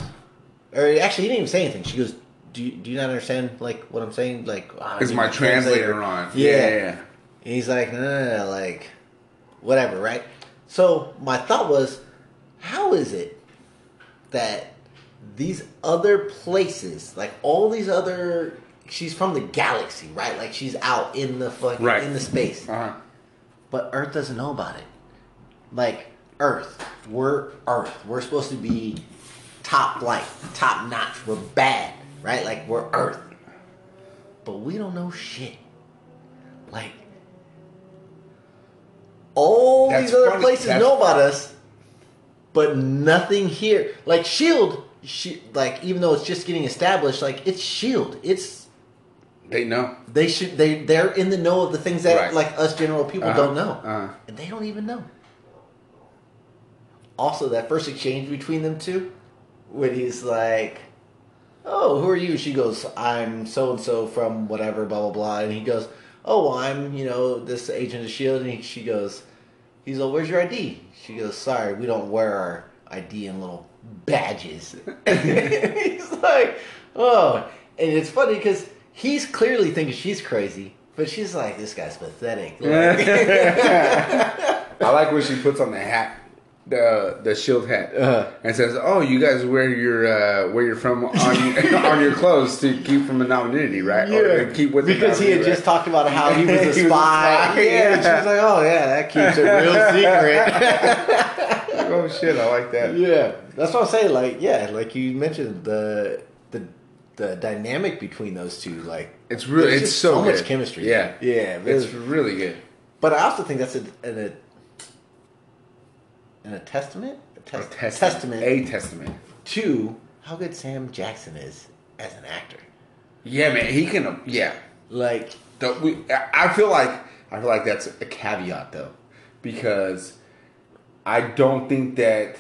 or actually, he didn't even say anything. She goes, do you, do you not understand like what I'm saying? Like, oh, I
Is
need
my translator on? Yeah. yeah.
and he's like, no, no, no, like, whatever, right? So my thought was, how is it that these other places, like all these other, she's from the galaxy, right? Like she's out in the fucking
Right.
in the space,
Uh huh.
but Earth doesn't know about it. Like Earth, we're Earth. We're supposed to be top flight, top notch. We're bad, right? Like we're Earth, but we don't know shit. Like all
That's
these other
funny.
places
That's-
know about us, but nothing here. Like Shield, she, E like even though it's just getting established, like it's Shield. E It's
They know.
they should they they're in the know of the things that
Right.
like us general people
Uh-huh,
don't know, (laughs)
uh-huh.
and they don't even know. Also, that first exchange between them two, when he's like, "Oh, who are you?" She goes, "I'm so and so from whatever, blah blah blah," and he goes, "Oh, well, I'm you know this agent of Shield," E and he, she goes, "He's like, where's your ID?" She goes, "Sorry, we don't wear our ID in little badges." (laughs) he's like, "Oh," and it's funny because he's clearly thinking she's crazy, but she's like, "This guy's pathetic." (laughs)
I like when she puts on the hat, the the shield hat,
Uh-huh.
and says, "Oh, you guys wear your uh, where you're from on (laughs) your, on your clothes to keep from anonymity, right? Or to keep with
because he had
anonymity,
just talked about how
(laughs)
he was
He
a spy.
was a spy,
Yeah, and
yeah.
she's like, "Oh yeah, that keeps it
(laughs)
real secret."
right? Oh shit, I like that.
yeah, that's what I'm saying. Like, yeah, like you mentioned the the the dynamic between those two. Like,
It's really
there's
it's
just
so,
much
good.
chemistry.
Yeah,
yeah. but-
it's really good.
But I also think that's a, an a, an a testament, a
A
test, testament,
testament, a testament.
to how good Sam Jackson is as an actor.
Yeah, man, he can. uh, Yeah,
Like,
The, we, I I feel like I feel like that's a caveat though, because I don't think that.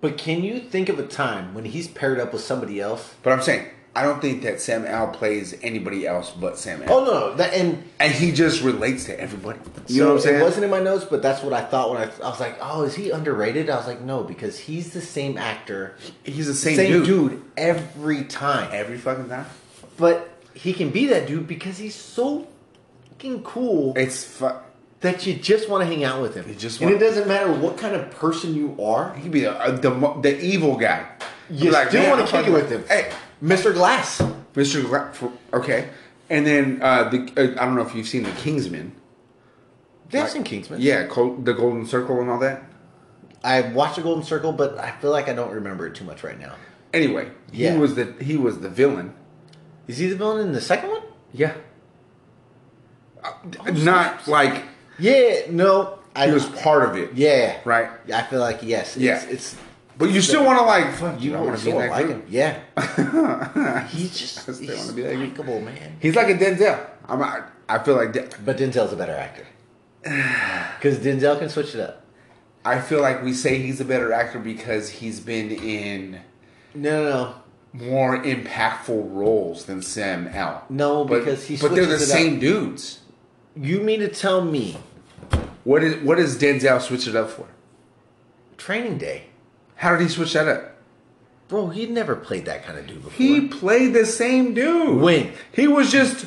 but can you think of a time when he's paired up with somebody else?
But I'm saying I don't think that Sam Al plays anybody else but Sam Al.
Oh no, that and
and he just relates to everybody. You know
so
what I'm saying?
It wasn't in my notes, but that's what I thought when I, I was like, "Oh, is he underrated?" I was like, "No," because he's the same actor,
He's the
same,
same, dude.
dude every time.
every fucking time.
But he can be that dude because he's so fucking cool.
It's fu-
that you just want to hang out with him.
You just
and
want-
it doesn't matter what kind of person you are.
he could be the uh, the, mo- the evil guy.
You still
"Man,
want
I'm
to kick it
fucking-
with him.
Hey,
Mr. Glass.
Mr. Gla- for, okay. And then uh, the uh, I don't know if you've seen the Kingsman.
That's in Kingsman.
Yeah, Col- the Golden Circle and all that.
I watched The Golden Circle, but I feel like I don't remember it too much right now.
Anyway,
Yeah.
he was the he was the villain.
Is he the villain in the second one?
Yeah. Uh, Not like
Yeah, no. I
he was part of it.
Yeah.
Right.
I feel like yes. It's,
Yeah.
It's
But you still want to like fuck. You
I
don't want to be
still
in that
like
group.
him. Yeah,
(laughs)
he's just
I still
he's
wanna be that good.
likable, man.
He's like a Denzel. I'm. I, I feel like De-
But Denzel's a better
(sighs)
actor because Denzel can switch it up.
I feel like we say he's a better actor because he's been in
No, no, no.
more impactful roles than Sam L.
No, because he
but they're the
switches it up.
same dudes.
You mean to tell me
What is what does Denzel switch it up for?
Training Day,
How did he switch that up?
bro? He never played that kind of dude before.
He played the same dude.
When?
he was just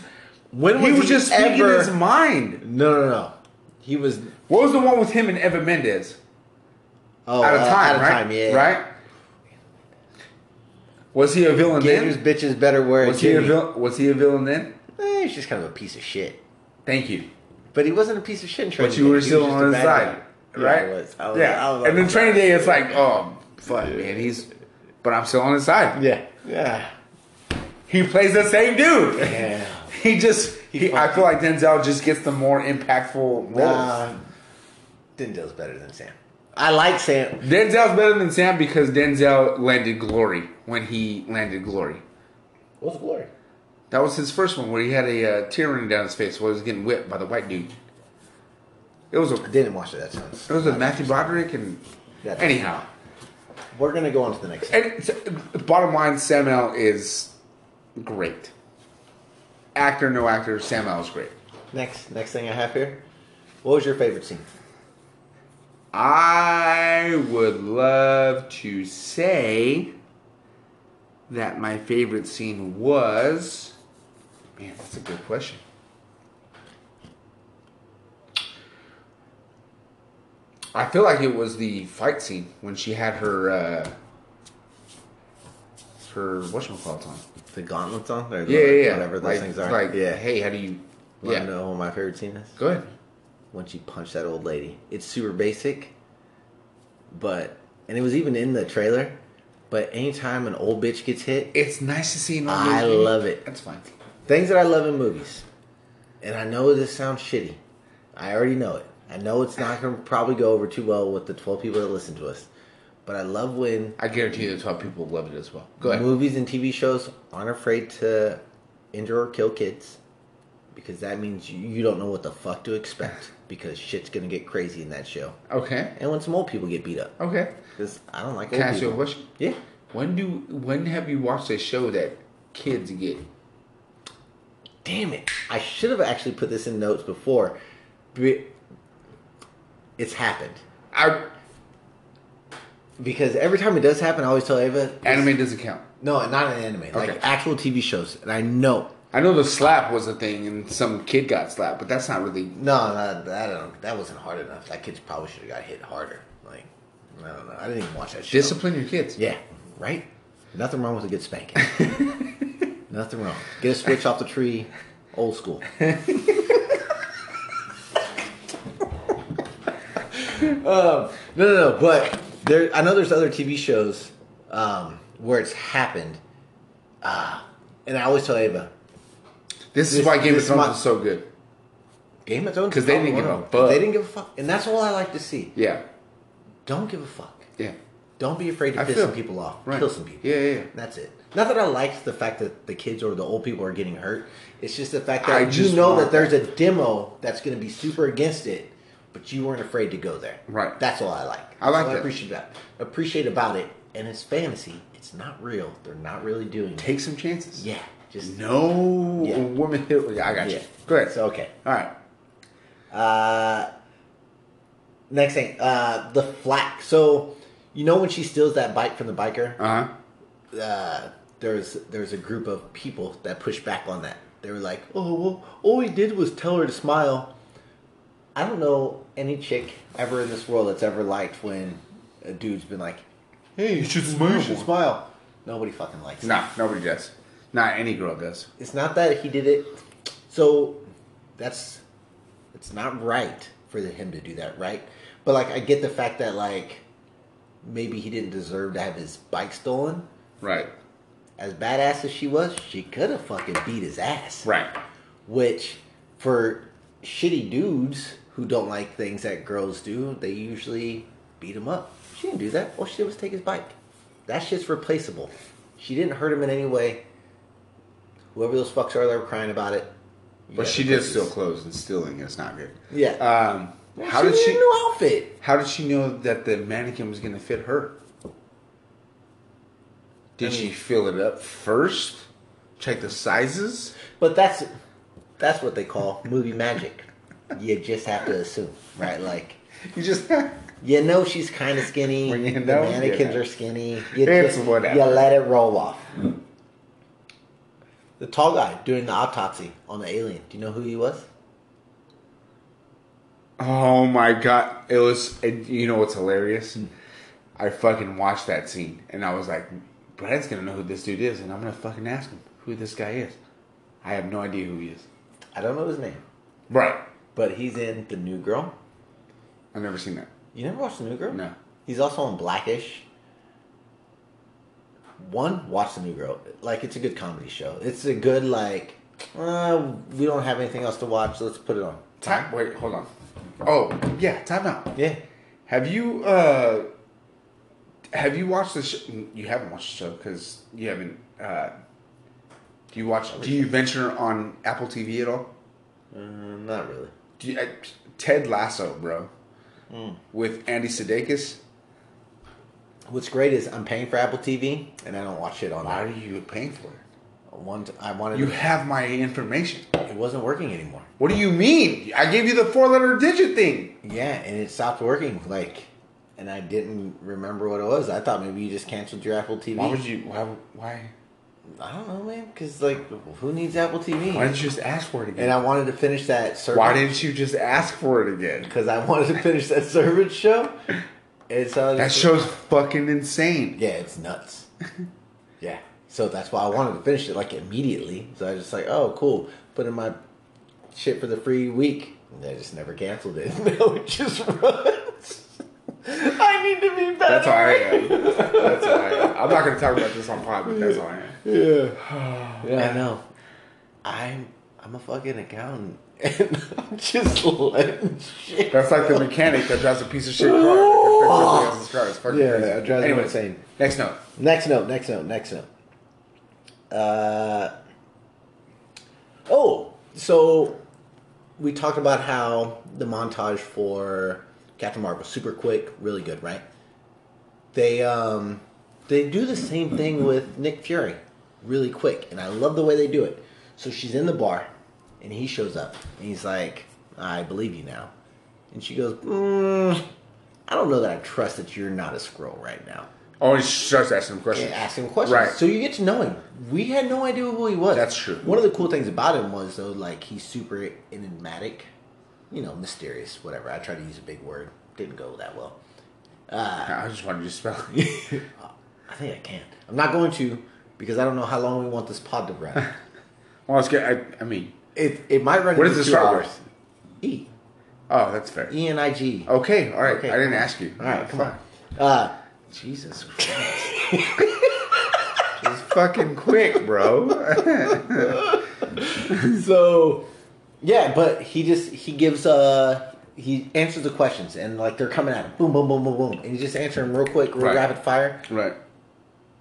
when
he was just speaking
ever?
his mind.
No, no, no. He was
What was the one with him and Evan Mendez?
oh,
out of
uh,
time,
out of
right?
time, yeah,
Right. Was he a villain
Gators
then?
bitches better wear a
Was he a
jimmy.
vil- Was he a villain then?
Eh, he's just kind of a piece of shit.
Thank you.
But he wasn't a piece of shit in training.
But you
Day.
were
He
still
was just
on
a bad
his side,
guy.
right?
Yeah, I was. I was,
yeah.
I was
and then
on-
training day, it's like, oh fuck, man, he's. But I'm still on his side.
Yeah, yeah,
He plays the same dude.
yeah.
(laughs) He just. He, I feel like Denzel just gets the more impactful roles.
Nah, Denzel's Uh, better than Sam. I like Sam.
Denzel's better than Sam because Denzel landed glory when he landed glory.
What's glory?
That was his first one where he had a uh, tear running down his face while he was getting whipped by the white dude. It was a
I didn't watch it that time.
it was a Matthew Broderick and
That-
anyhow.
We're gonna go on to the next.
And it's- bottom line, Samuel is great. Actor, no actor, Samuel is great.
Next, next thing I have here. What was your favorite scene?
I would love to say that my favorite scene was. Man, that's a good question. I feel like it was the fight scene when she had her uh, her whatchamacallit on.
The gauntlets on, or the-
Yeah, yeah, yeah.
whatever those
like,
things are.
Like,
yeah,
hey, how do you?
Want to
yeah,
know what my favorite scene is?
go ahead.
Once you punch that old lady, it's super basic, but and it was even in the trailer. But anytime an old bitch gets hit,
It's nice to see an old
I
lady.
love it.
That's fine.
Things that I love in movies, and I know this sounds shitty. I already know it. I know it's not going to probably go over too well with the 12 people that listen to us, but I love when
I guarantee you, the twelve people loved it as well. Go ahead.
movies and TV shows aren't afraid to injure or kill kids because that means you, you don't know what the fuck to expect because shit's going to get crazy in that show.
Okay.
And when some old people get beat up,
Okay.
because I don't like
Can
old
I ask you a
people.
question?
Yeah.
When do when have you watched a show that kids get?
Damn it. I should have actually put this in notes before. Be- It's happened.
I
Because every time it does happen, I always tell Ava.
anime doesn't count.
No, not an anime.
Okay.
Like actual TV shows. And I know.
I know the slap was a thing, and some kid got slapped, but that's not really.
No, no that, I don't, that wasn't hard enough. That kid probably should have got hit harder. Like, I don't know. I didn't even watch that show.
Discipline your kids.
Yeah, right? Nothing wrong with a good spanking. (laughs) Nothing wrong. Get a switch off the tree, old
(laughs)
school. um, no, no, no. But there, I know there's other TV shows um, where it's happened, uh, and I always tell Ava,
This is
This-
why Game of
this
Thrones
mon-
is so good.
Game of Thrones
'Cause they
probably
didn't
one
give
of
a
them.
fuck.
They didn't give a fuck, and that's all I like to see.
Yeah,
Don't give a fuck.
yeah.
Don't be afraid to
I
piss
feel-
some people off.
right.
Kill some people.
Yeah, yeah, yeah.
That's it. Not that I liked the fact that the kids or the old people are getting hurt. It's just the fact
I
that you
just
know
want
that there's a demo that's going to be super against it, but you weren't afraid to go there.
Right.
That's all I like.
I
That's
like
all
that.
I appreciate that. Appreciate about it, and it's fantasy. It's not real. They're not really doing it.
Take some chances.
Yeah. Just
No
Yeah.
woman (laughs) hit. Yeah, I got
Yeah.
you. Go ahead.
So okay.
All right.
Uh, next thing, uh, the flak. So you know when she steals that bike from the biker.
Uh
Uh-huh.
huh.
uh, there's there's a group of people that pushed back on that. They were like, "Oh, well, all we did was tell her to smile." I don't know any chick ever in this world that's ever liked when a dude's been like, "Hey, you should smile." You should smile. Nobody fucking likes. it.
Nah, nobody does. Not any girl does.
It's not that he did it. So that's it's not right for him to do that, right? But like, I get the fact that like maybe he didn't deserve to have his bike stolen,
Right.
as badass as she was, she could have fucking beat his ass.
Right.
Which, for shitty dudes who don't like things that girls do, they usually beat him up. She didn't do that. All she did was take his bike. That shit's replaceable. She didn't hurt him in any way. Whoever those fucks are, they're crying about it.
But she did steal clothes and stealing is not good.
Yeah.
Um,
Well,
how did
needed
she?
a new outfit?
How did she know that the mannequin was going to fit her?
Did she fill it up first? Check the sizes?
But that's that's what they call movie magic. You just have to assume, right? Like
(laughs) You just
you know she's kind of skinny.
When you
the
know,
mannequins
yeah.
are skinny. You
It's
just,
whatever.
You let it roll off. The tall guy doing the autopsy on the alien. Do you know who he was?
Oh my god. It was, and you know what's hilarious? I fucking watched that scene and I was like, Brad's gonna know who this dude is and I'm gonna fucking ask him who this guy is. I have no idea who he is.
I don't know his name,
Right.
but he's in the New Girl.
I've never seen that.
You never watched the New Girl?
no.
He's also on Blackish. One, watch the New Girl. Like it's a good comedy show. It's a good like. Uh, we don't have anything else to watch. Let's put it on.
Time, wait, hold on. Oh, yeah, time out.
Yeah.
Have you uh have you watched the show? You haven't watched the show because you haven't. Uh, do you watch? Do you venture on Apple TV at all?
Uh, not really.
Do you, uh, Ted Lasso, bro,
Hmm.
with Andy Sudeikis.
What's great is I'm paying for Apple TV and I don't watch it on
Why
there.
are you paying for it?
One, t- I wanted.
You
to-
have my information.
it wasn't working anymore.
What do you mean? I gave you the four-letter digit thing.
Yeah, and it stopped working. Like, and I didn't remember what it was. I thought maybe you just canceled your Apple TV.
Why would you? Why? Why?
I don't know, man. Because like, who needs Apple TV?
Why didn't you just ask for it
and
again?
I wanted to finish that service. (laughs)
Why didn't you just ask for it again?
Because I wanted to finish that service show. And so I was
That
just-
show's fucking insane.
Yeah, it's nuts. yeah. So that's why I wanted to finish it like immediately. So I was just like, oh, cool. Put in my shit for the free week. And I just never canceled it. (laughs) no, it just runs. (laughs) I need to be better.
That's how I am. That's how I am. I'm not going to talk about this on pod, but that's how I am.
(laughs) Yeah. yeah. I know. I'm I'm a fucking accountant. (laughs) And I'm just letting shit.
That's like the mechanic that drives a piece of shit car. That fixes everybody else's car. It's fucking
Yeah,
crazy.
it drives me
Anyways,
insane.
Next note.
Next note, next note, next note. Uh, oh, so we talked about how the montage for Captain Marvel super quick, really good, right? They um they do the same thing with Nick Fury, really quick, and I love the way they do it. So she's in the bar, and he shows up, and he's like, "I believe you now," and she goes, mm, "I don't know that I trust that you're not a scroll right now."
Oh, he starts asking him questions.
and ask him questions.
Right.
So you get to know him. We had no idea who he was.
That's true.
One of the cool things about him was though, like he's super enigmatic, you know, mysterious, whatever. I tried to use a big word, didn't go that
(laughs)
well. Uh,
I just wanted you to spell (laughs)
I think I can. I'm not going to because I don't know how long we want this pod to
(laughs)
run.
Well, it's good. I, I mean,
it it might run.
what
into
is it
two
start
hours.
with?
E
Oh, that's fair.
E N I G.
Okay, all right.
Okay,
I didn't
come on.
ask you.
All right, come
Fuck.
on. Uh, Jesus Christ.
It's fucking quick, bro.
so yeah but he just he gives uh he answers the questions and like they're coming at him boom boom boom boom boom and you just answer them real quick real
Right.
rapid fire
(laughs) right.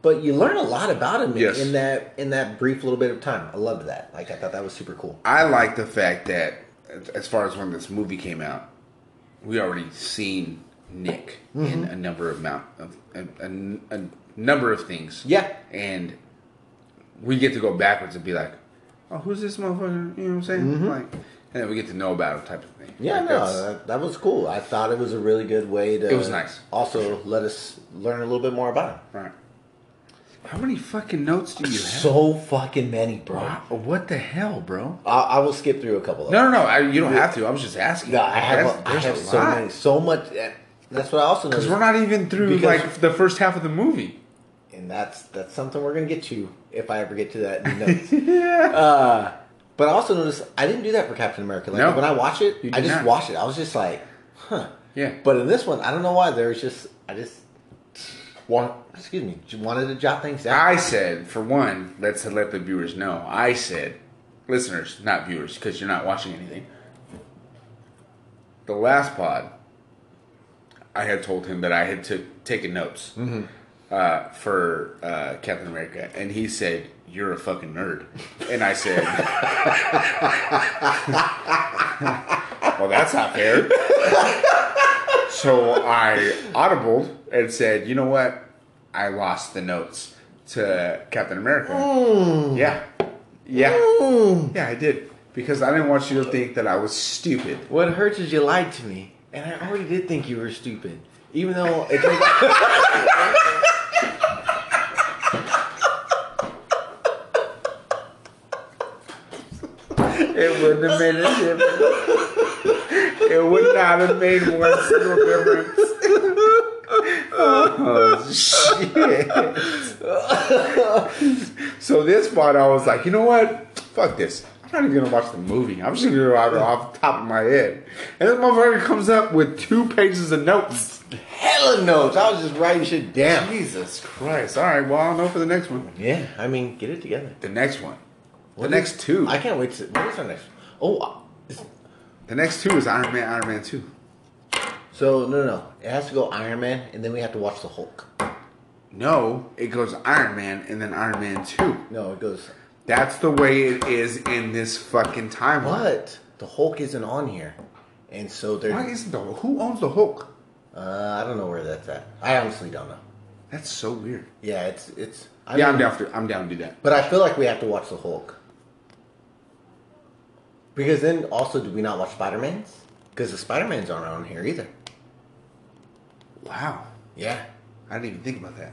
but you learn a lot about him in-
Yes.
in that in that brief little bit of time i loved that like i thought that was super cool
I like the fact that, as far as when this movie came out, we already seen Nick
Mm-hmm.
in a number of amount of a, a- a number of things.
Yeah.
and we get to go backwards and be like, "Oh, who's this motherfucker?" You know what I'm saying? Like, and then we get to know about him, type of thing.
Mm-hmm. yeah
Like,
no
that's-
that, that was cool i thought it was a really good way to
It was nice.
also let us learn a little bit more about him
right. How many fucking notes do you have?
so fucking many bro
Wow, what the hell, bro?
I, I will skip through a couple of
No, no, no. I, you don't have to. I was just asking.
No, I have, a,
That's-
I
there's a
have so
lot.
many, so much. eh, That's what I also know.
Because we're not even through
Because-
like the first half of the movie.
and that's that's something we're gonna get to if I ever get to that.
(laughs)
In the notes. uh, but I also noticed I didn't do that for Captain America. Like
No.
when I watch it,
You
I
did
just
not.
watch it. I was just like, huh.
Yeah.
But in this one, I don't know why there was just I just
What
excuse me j- wanted to jot things down.
I said, for one, let's let the viewers know. I said, listeners, not viewers, because you're not watching anything. The last pod, I had told him that I had took taken notes uh, for uh, Captain America, and he said, "You're a fucking nerd," and I said, (laughs) "Well, that's not fair." so I audibled and said, "You know what? I lost the notes to Captain America." Yeah, yeah, yeah, I did because I didn't want you to think that I was stupid.
What hurts is you lied to me, and I already did think you were stupid, even though it. Like,
(laughs) It wouldn't have made a difference. It would not have made one single difference. Oh shit! Oh, so this part, I was like, you know what? Fuck this. I'm not even gonna watch the movie. I'm just gonna go out off the top of my head. And then motherfucker comes up with two pages of notes.
Hella notes. I was just writing shit down.
Jesus Christ! All right, well I'll know for the next one.
Yeah, I mean, get it together.
The next one.
What
the next
is-
two.
I can't wait to. What is our next? Oh, uh, it's-
the next two is Iron Man. Iron Man two.
so no, no, no. It has to go Iron Man, and then we have to watch the Hulk.
No, it goes Iron Man and then Iron Man two.
No, it goes.
That's the way it is in this fucking timeline.
But the Hulk isn't on here, and so they're.
Why isn't the who owns the Hulk?
Uh, I don't know where that's at. I honestly don't know.
That's so weird.
Yeah, it's it's. I
yeah, I'm
mean,
down for I'm down to do that.
But I feel like we have to watch the Hulk. Because then also, do we not watch Spider Man's? Because the Spider Man's aren't on here either.
Wow,
Yeah.
I didn't even think about that.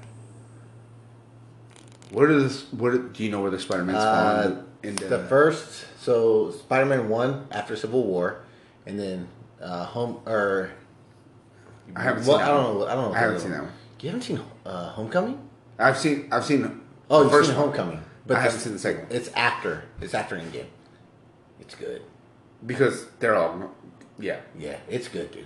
Where does where do you know where the Spider Man's
Uh,
fall in the, in
the first, so Spider Man one after Civil War, and then uh, Home or
I haven't
well,
seen.
I
that
don't
one.
know. I don't know.
I haven't seen that one.
You haven't seen uh, Homecoming?
I've seen. I've seen.
Oh,
the
you've seen
one.
Homecoming,
I haven't
this-
seen the second one
It's after. It's after Endgame. It's good.
because they're all. Yeah.
Yeah, it's good, dude.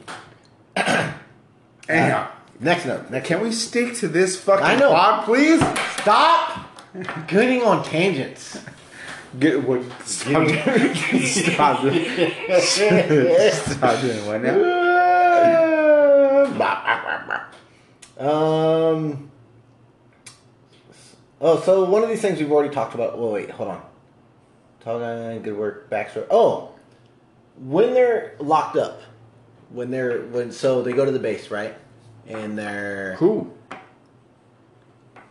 Anyhow,
Next note. Next.
can we stick to this fucking
I know.
pod, please? (laughs)
Stop getting on tangents. (laughs)
Get what? Stop, stop, doing- (laughs) stop doing what
(laughs)
now?
um. Oh, so one of these things we've already talked about. Well, wait, hold on. Talking, good work, backstory. Oh, when they're locked up, when they're when so they go to the base, right? And they're
Who?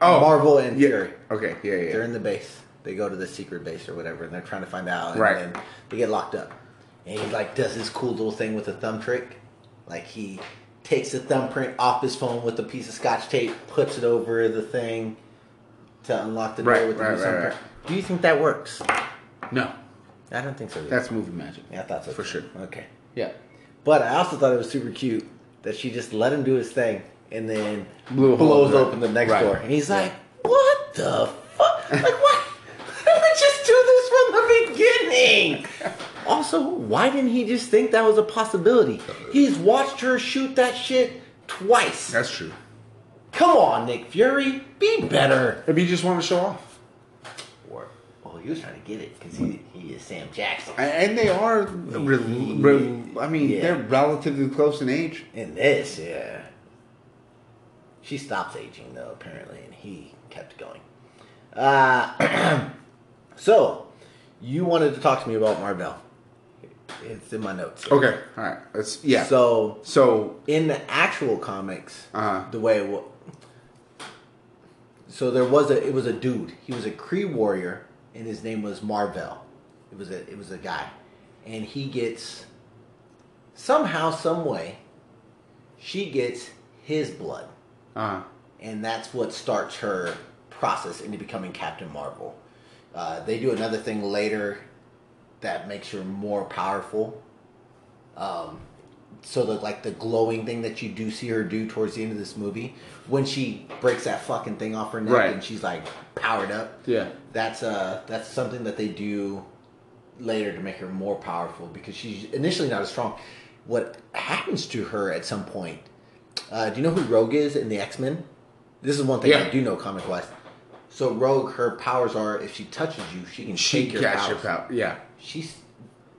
Oh,
Marvel and
yeah.
Fury.
Okay, yeah, yeah.
They're in the base. They go to the secret base or whatever, and they're trying to find out. And
Right.
Then they get locked up, and he like does this cool little thing with a thumb trick, like he takes the thumbprint off his phone with a piece of scotch tape, puts it over the thing to unlock the door
Right,
with the
right,
new
right,
thumbprint. Do you think that works?
no,
I don't think so. either.
that's movie magic.
yeah, I thought so
for
too.
sure.
Okay.
Yeah,
But I also thought it was super cute that she just let him do his thing and then
Blew a hole
blows
in it.
open the next
Right.
door. And he's like, what the fuck? Like, what? Let me just do this from the beginning. Also, why didn't he just think that was a possibility? He's watched her shoot that shit twice.
that's true.
Come on, Nick Fury. Be better.
If you just want to show off,
Or, well, he was trying to get it because he, he is Sam Jackson.
A- and they are. Re- re- I mean,
Yeah.
they're relatively close in age.
In this, yeah. She stopped aging though, apparently, and he kept going. Uh, (clears throat) so, you wanted to talk to me about Marvel. It's in my notes. here.
Okay, all right. Let's yeah. So,
So, in the actual comics,
Uh-huh.
the way it wa- so there was a it was a dude. He was a Cree warrior, and his name was Marvel. It was a it was a guy, and he gets somehow some way she gets his blood,
uh,
and that's what starts her process into becoming Captain Marvel. Uh, they do another thing later that makes her more powerful. Um, so that like the glowing thing that you do see her do towards the end of this movie, when she breaks that fucking thing off her neck
Right.
and she's like powered up.
Yeah.
that's uh that's something that they do later to make her more powerful because she's initially not as strong. What happens to her at some point? Uh, do you know who Rogue is in the X Men? This is one thing
Yeah.
I do know comic wise. So Rogue, her powers are if she touches you, she can
she
take your
catch
powers.
your power. Yeah,
She's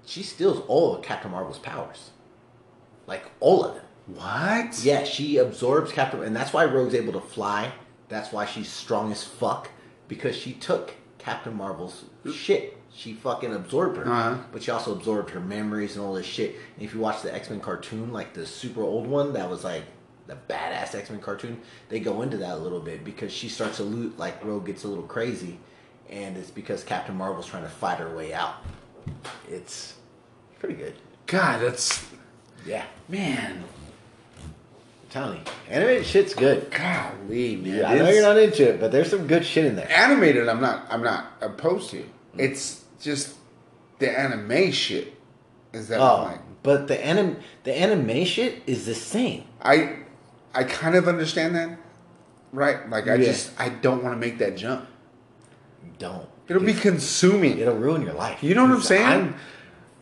she steals all of Captain Marvel's powers, like all of them.
What?
Yeah, she absorbs Captain, and that's why Rogue's able to fly. That's why she's strong as fuck because she took Captain Marvel's shit. She fucking absorbed her,
Uh-huh.
but she also absorbed her memories and all this shit. And if you watch the X Men cartoon, like the super old one, that was like the badass X Men cartoon. They go into that a little bit because she starts to loot. Like Rogue gets a little crazy, and it's because Captain Marvel's trying to fight her way out. It's pretty good.
God, that's
Yeah,
man.
Tony. Animated shit's good.
Golly, man.
Yeah, I know
It's-
you're not into it, but there's some good shit in there.
animated I'm not I'm not opposed to. It's just the anime shit is that
Oh,
like
but the anim the animation is the same.
I I kind of understand that. Right? Like I
Yeah.
just I don't want to make that jump.
Don't.
It'll be consuming.
It'll ruin your life.
You know what I'm
Because
saying?
I'm,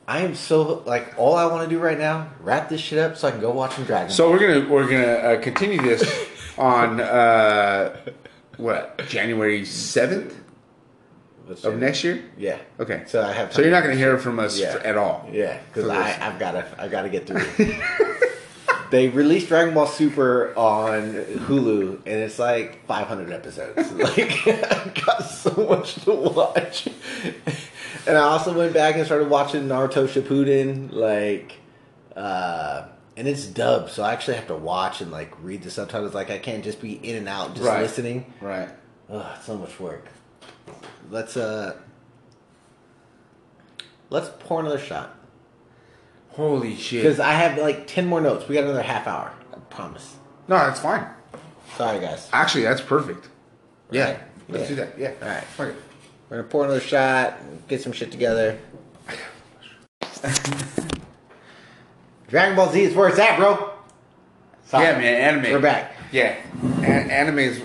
I am so like all I want to do right now wrap this shit up so I can go watch some Dragon.
so we're gonna we're gonna uh,
(laughs)
continue this on uh what January seventh
Ball.
of next year.
Yeah.
Okay.
So I have.
So you're not gonna hear from us
Yeah.
at all.
Yeah, because
For
I
this.
I've gotta I gotta get through. it.
(laughs)
they released Dragon Ball Super on Hulu, and it's like 500 episodes. (laughs) like I got so much to watch, (laughs) and I also went back and started watching Naruto Shippuden. Like, uh, and it's dubbed, so I actually have to watch and like read the subtitles. Like I can't just be in and out just
Right.
listening.
Right.
Ugh, so much work. Let's uh, let's pour another shot.
Holy shit.
Because I have like 10 more notes. We got another half hour. I promise.
No, that's fine.
Sorry, guys.
Actually, that's perfect. Yeah.
Right.
Let's
Yeah.
do that. Yeah.
All right.
Fuck it.
We're going to pour another shot, get some shit together. (laughs) Dragon Ball Z is where it's at, bro. Sorry.
Yeah, man, anime.
We're back.
Yeah, An- anime is.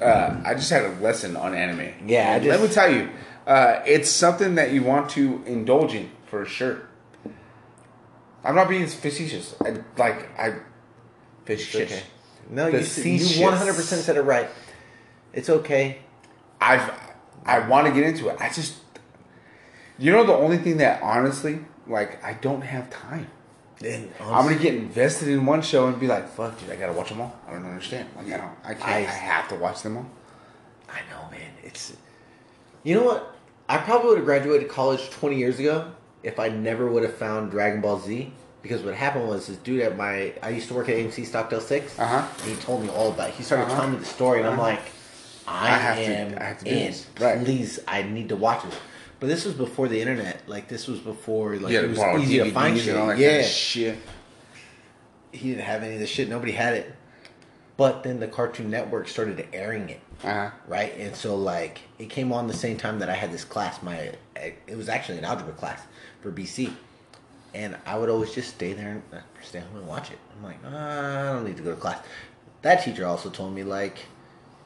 Uh, I just had a lesson on anime.
Yeah, I
And
just-
let me tell you, uh, it's something that you want to indulge in for sure. I'm not being facetious. I, like I, facetious.
Okay. No,
The
you,
sea
you 100%
shits.
said it right. It's okay.
I've I want to get into it. I just, you know, the only thing that honestly, like, I don't have time.
Then
I'm gonna get invested in one show and be like, "Fuck, dude, I gotta watch them all." I don't understand. Like, I don't. I can't.
I-
I have to watch them all.
I know, man. It's. You know what? I probably would have graduated college 20 years ago if I never would have found Dragon Ball Z. Because what happened was this dude at my. I used to work at AMC Stockdale 6.
Uh-huh.
And he told me all about it. He started
Uh-huh.
telling me the story, and I'm
Uh-huh.
like, I,
I have to-
am
I have to do
in.
this. Right.
Please, I need to watch this. But this was before the internet. Like, this was before. Like,
You
it
gotta
was
borrow
easy to
DVDs
find
and
shit.
all that
yeah
kind of shit.
he didn't have any of this shit. Nobody had it. But then the Cartoon Network started airing it,
Uh-huh.
right? And so like it came on the same time that I had this class. My it was actually an algebra class for BC, and I would always just stay there and uh, stay home and watch it. I'm like, "Ah, I don't need to go to class. That teacher also told me like,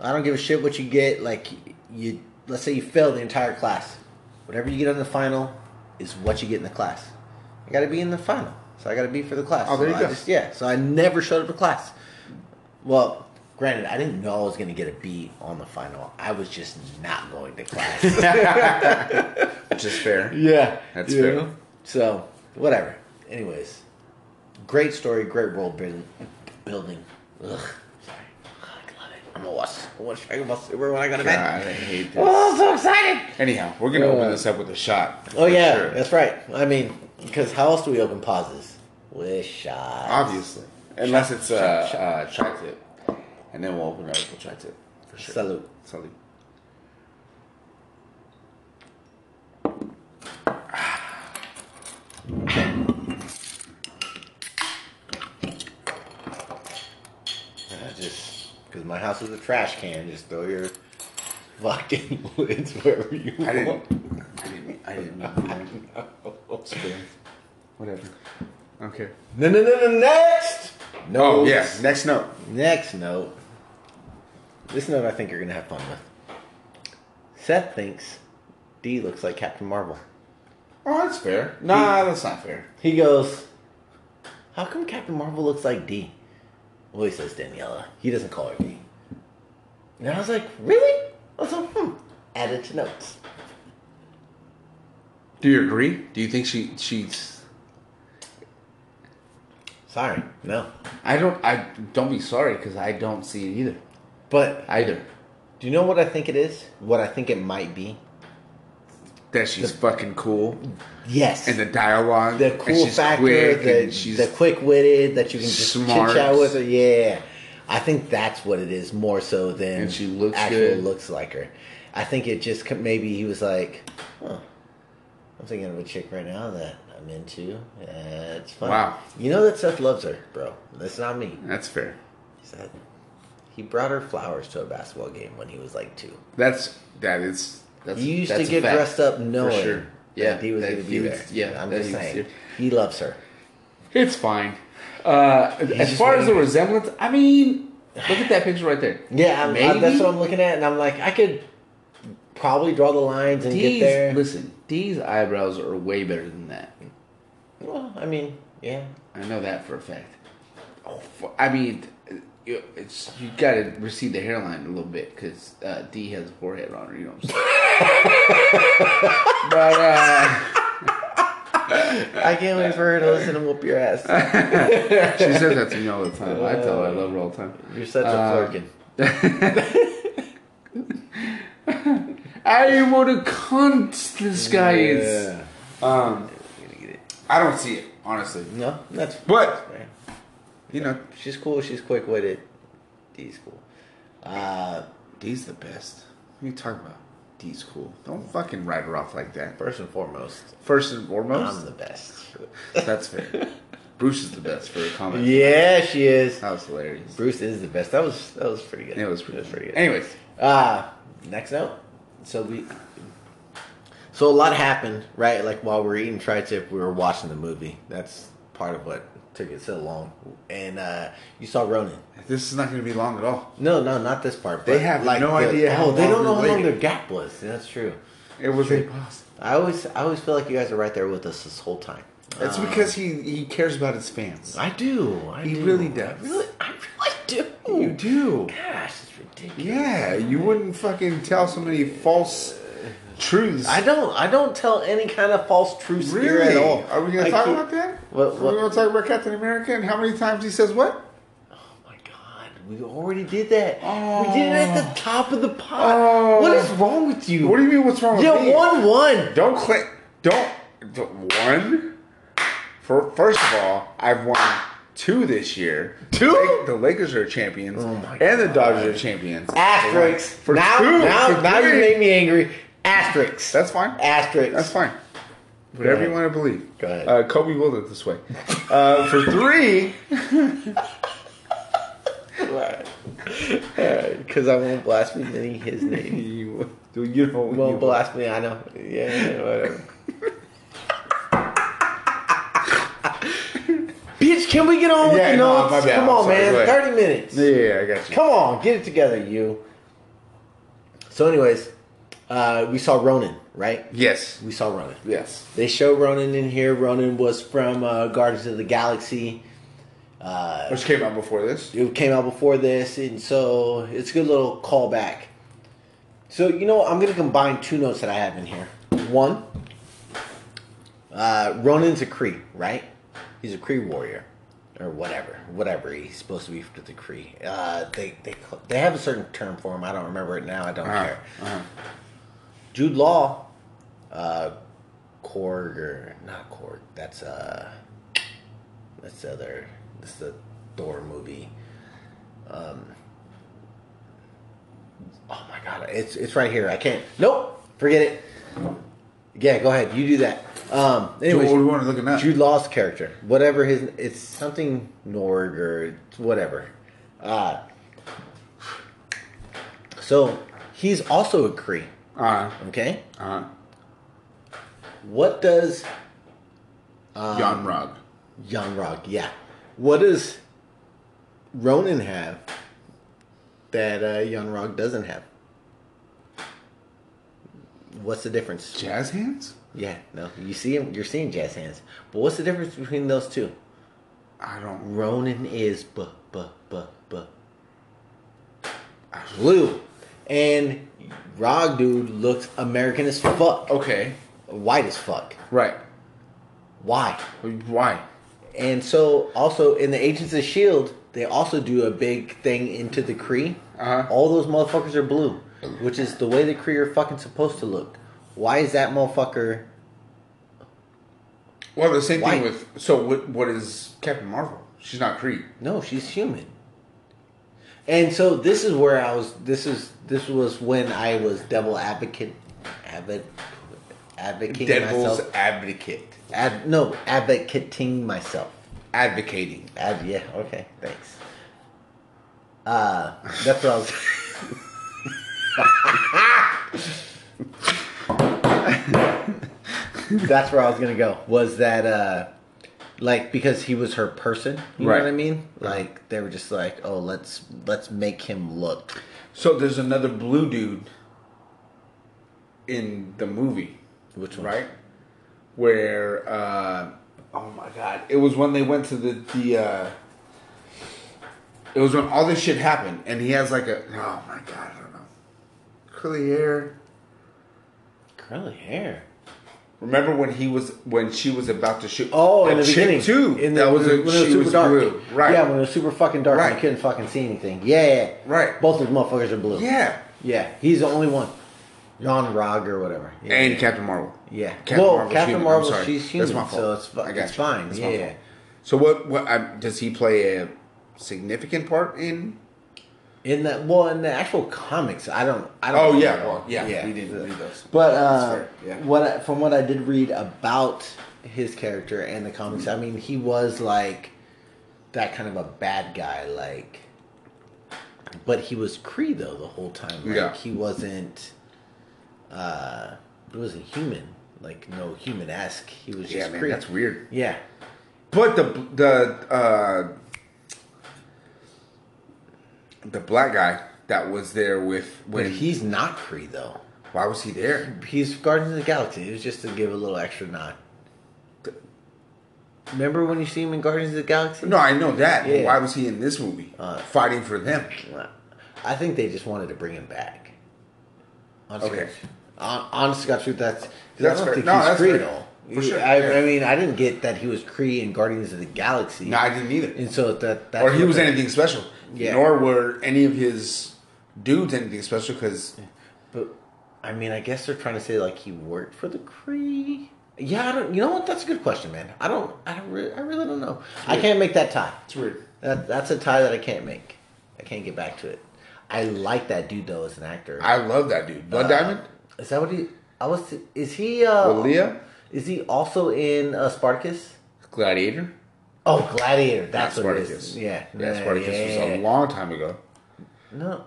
I don't give a shit what you get. Like you, let's say you fail the entire class, whatever you get on the final is what you get in the class. I got to be in the final, so I got to be for the class.
Oh, there
So
you
I
go.
just- yeah, so I never showed up to class. Well, granted, I didn't know I was going to get a B on the final. I was just not going to class. (laughs)
Which is fair.
yeah,
That's
you
fair.
know? So whatever. Anyways, great story, great world building. Building. Ugh. Sorry. God, I love it. I'm gonna watch. I watch Dragon Ball Super when I go to
God,
bed.
I hate this.
Oh, I'm so excited!
Anyhow, we're gonna
Uh,
open this up with a shot.
Oh
for
yeah,
sure.
that's right. I mean, because how else do we open pauses? With shots.
obviously, unless it's
shot,
a
shot.
uh, tri tip, and then we'll open it up with tri tip for sure.
Salute.
Salute.
I just because my house is a trash can, just throw your fucking (laughs) lids wherever you
I
want.
didn't. I didn't. I didn't. mean
(laughs)
to. Spill. Whatever. Okay.
No, no, no, no. Next. No.
Oh yeah. Next note.
Next note. This note I think you're gonna have fun with. Seth thinks D looks like Captain Marvel.
Oh, that's fair. Nah, that's not fair.
He goes, "How come Captain Marvel looks like D?" Well, he says Daniela. He doesn't call her D. And I was like, "Really?" I was like, "Hmm." Added to notes.
Do you agree? Do you think she she's
Sorry, no.
I don't. I don't be sorry because I don't see it either.
But
Either
do you know what I think it is? What I think it might be?
that she's fucking cool
Yes.
and the dialogue,
the
and
cool
she's
factor,
quick
the,
and she's
the quick witted that you can just chit
smart.
chat with her. Yeah, I think that's what it is more so than
And she looks
actual
good.
looks like her. I think it just co- maybe he was like, huh, I'm thinking of a chick right now that I'm into. Yeah, it's fun.
Wow.
you know that Seth loves her, bro. That's not me.
that's fair.
Seth, he brought her flowers to a basketball game when he was was like two.
That's that is. That's,
He used
that's
to
a
get
fact,
dressed up
for
knowing
sure. Yeah,
that he was
that
going to be
was-
there.
Yeah,
I'm
that
just
he was
saying,
there.
he loves her.
It's fine. Uh, as
just
far as the
waiting.
resemblance, I mean, look at that picture right there.
(sighs) Yeah, I'm, I, that's what I'm looking at, and I'm like, I could probably draw the lines and
These,
get there.
Listen, these eyebrows are way better than that.
Well, I mean, yeah,
I know that for a fact. Oh, fu- I mean, you- it's you got to recede the hairline a little bit because uh, D has a forehead on her. You know what I'm saying? (laughs) but uh,
I can't wait for her to listen and whoop your ass.
she says that to me all the time. I tell her I love her all the time.
You're such a
Uh,
flirkin.
I what a cunt this guy is.
Yeah.
Um, I don't see it honestly,
No, that's
but
fair.
you know,
She's cool. She's quick witted. D's cool. Uh,
D's the best. What are you talking about? D's cool. Don't fucking write her off like that.
first and foremost,
First and
I'm
foremost,
the best.
that's fair.
(laughs)
Bruce is the best for a comment.
Yeah, she is.
That was hilarious.
Bruce is the best. That was that was pretty good.
It was pretty,
That
pretty
good.
good. Anyways,
Uh, next note. So we. So a lot happened, right? Like while we were eating tri-tip, we were watching the movie. That's part of what took it so long. And uh, you saw Ronan.
this is not going to be long at all.
No, no, not this part.
They have no
the-
idea how
Oh, they
long
don't
we
know how long
waited.
their gap was. Yeah, That's true.
It was impossible.
I always, I always feel like you guys are right there with us this whole time.
That's
Uh,
because he he cares about his fans.
I do. I
He
do.
really does.
I really, I really do.
You do.
Gosh, it's ridiculous.
Yeah, you wouldn't fucking tell so many false truths.
I don't. I don't tell any kind of false truths here
really.
at all.
Are we going
I
to talk
keep-
about that?
What-
Are
what-
we going to talk about Captain America and how many times he says what?
Oh my god, we already did that. We did it
Oh.
at the top of the pod.
Oh.
What is wrong with you?
What do you mean? What's wrong with
Yeah,
me?
one one.
Don't click. Don't, don't one. For first of all, I've won two this year.
Two? Oh
Lak- The Lakers are champions,
my
and the Dodgers are champions.
Asterisk.
For
now,
two,
now,
for
now you
three.
made me angry. Asterisk.
That's fine.
Asterisk.
That's fine. Whatever you
ahead.
want to believe.
Go ahead.
Uh, Kobe willed it this way. Uh, for three, (laughs)
Because I won't blaspheme any of his name.
(laughs) you, you know
Won't
you-
blaspheme. I know. Yeah, yeah,
(laughs)
whatever. Bitch, can we get on with
Yeah,
the
no,
notes?
my bad.
Come
I'm
on,
sorry. Go
man.
ahead.
Thirty minutes.
Yeah, yeah, I got you.
Come on, get it together, you. So, anyways, uh, we saw Ronan, right?
Yes.
We saw Ronan.
Yes.
They show Ronan in here. Ronan was from uh, Guardians of the Galaxy. Uh,
Which came out before this.
it came out before this, and so it's a good little callback. So, you know, what? I'm going to combine two notes that I have in here. One, uh, Ronan's a Cree, right? He's a Cree warrior, or whatever, whatever he's supposed to be for the Cree. Uh, they they cl- they have a certain term for him. I don't remember it now. I don't
Uh-huh,
care.
uh-huh.
Jude Law, uh, Korg or not Korg? That's uh, that's the other. That's the Thor movie. Um. Oh my god, it's it's right here. I can't. Nope, forget it. Yeah, go ahead. You do that. Um.
Dude,
Anyways,
what we wanted looking up.
Jude Law's character, whatever his, it's something Norg or whatever. Uh, so he's also a Cree.
Uh,
Okay,
uh,
what does Uh,
Jan Rog.
Yanrog? Yeah, what does Ronan have that uh, Yanrog doesn't have? What's the difference?
Jazz hands?
Yeah, no, you see him. You're seeing jazz hands, but what's the difference between those two?
I don't.
Ronan is b b b b blue, and Rog dude looks American as fuck,
Okay.
white as fuck.
Right.
Why?
Why?
And And so, also in the Agents of Shield, E they also do a big thing into the Kree.
Uh-huh.
All those motherfuckers are blue, which is the way the Kree are fucking supposed to look. Why is that motherfucker?
Well, the same
Why?
thing with so what? What is Captain Marvel? She's not Creed.
No, she's human. And so this is where I was. This is this was when I was devil advocate, advocate, advocating
Devil's
myself.
advocate,
Ad, no, advocating myself.
advocating.
Ad, yeah, okay, thanks. Uh, that's what I was. (laughs) that's where I was gonna go. Was that uh, like because he was her person? You
Right.
know what I mean? Like they were just like, oh, let's let's make him look.
So there's another blue dude in the movie,
Which one?
right? Where uh, oh my god, it was when they went to the the. Uh, it was when all this shit happened, and he has like a oh my god, I don't know, curly hair.
Curly hair.
Remember when he was when she was about to shoot?
Oh,
that
in the
chick
beginning
too.
In the,
that was a,
when it
she was
dark.
blue, right?
Yeah, when it was super fucking dark, and
Right.
you couldn't fucking see anything. Yeah,
Right.
Both of those motherfuckers are blue.
yeah.
Yeah, he's the only one. John Rog or whatever. Yeah.
And Captain Marvel.
yeah.
Captain
well,
Marvel's
Captain
human, I'm
Marvel,
sorry.
she's human,
That's my fault.
so it's, fu-
I got
it's
you.
fine.
That's my
yeah.
fault. So what? What I, does he play a significant part in?
In that, well, in the actual comics, I don't, I don't.
Oh
know.
yeah, well, yeah, We didn't read those.
But
That's
uh,
fair, yeah.
what I, from what I did read about his character and the comics, I mean, he was like that kind of a bad guy, like. But he was Cree though the whole time. Like,
Yeah.
He wasn't. Uh, he wasn't human. Like no human esque. He was
Yeah,
just
man,
Cree.
that's weird.
Yeah.
But the the uh, the black guy that was there with
But
when
he's not Cree though.
why was he there?
He's Guardians of the Galaxy. It was just to give a little extra nod. Remember when you see him in Guardians of the Galaxy?
No, I know that. but
Yeah.
Why was he in this movie
Uh,
fighting for them?
I think they just wanted to bring him back. Honest
Okay.
okay. Hon- Honest to God, truth, that's because I
That's
don't
fair.
think
No,
he's
that's
Kree at
fair.
all.
For sure,
I,
yeah.
I mean, I didn't get that he was Kree in Guardians of the Galaxy.
No, I didn't either.
and so that that's
or he
what
was
the-
anything special.
Yeah.
Nor were any of his dudes anything special because
But I mean, I guess they're trying to say like he worked for the Kree. Yeah, I don't. You know what? That's a good question, man. I don't. I don't. Really, I really don't know. I can't make that tie.
it's weird.
That that's a tie that I can't make. I can't get back to it. I like that dude though as an actor.
I love that dude. Blood
Uh,
Diamond?
Is that what he? I was. Is he? uh
Aaliyah?
Is he also in uh, Spartacus?
Gladiator?
Oh, Gladiator. That's
Not
what
Spartacus.
it is. Yeah.
Yeah,
yeah,
Spartacus was
yeah,
a long time ago.
yeah. No,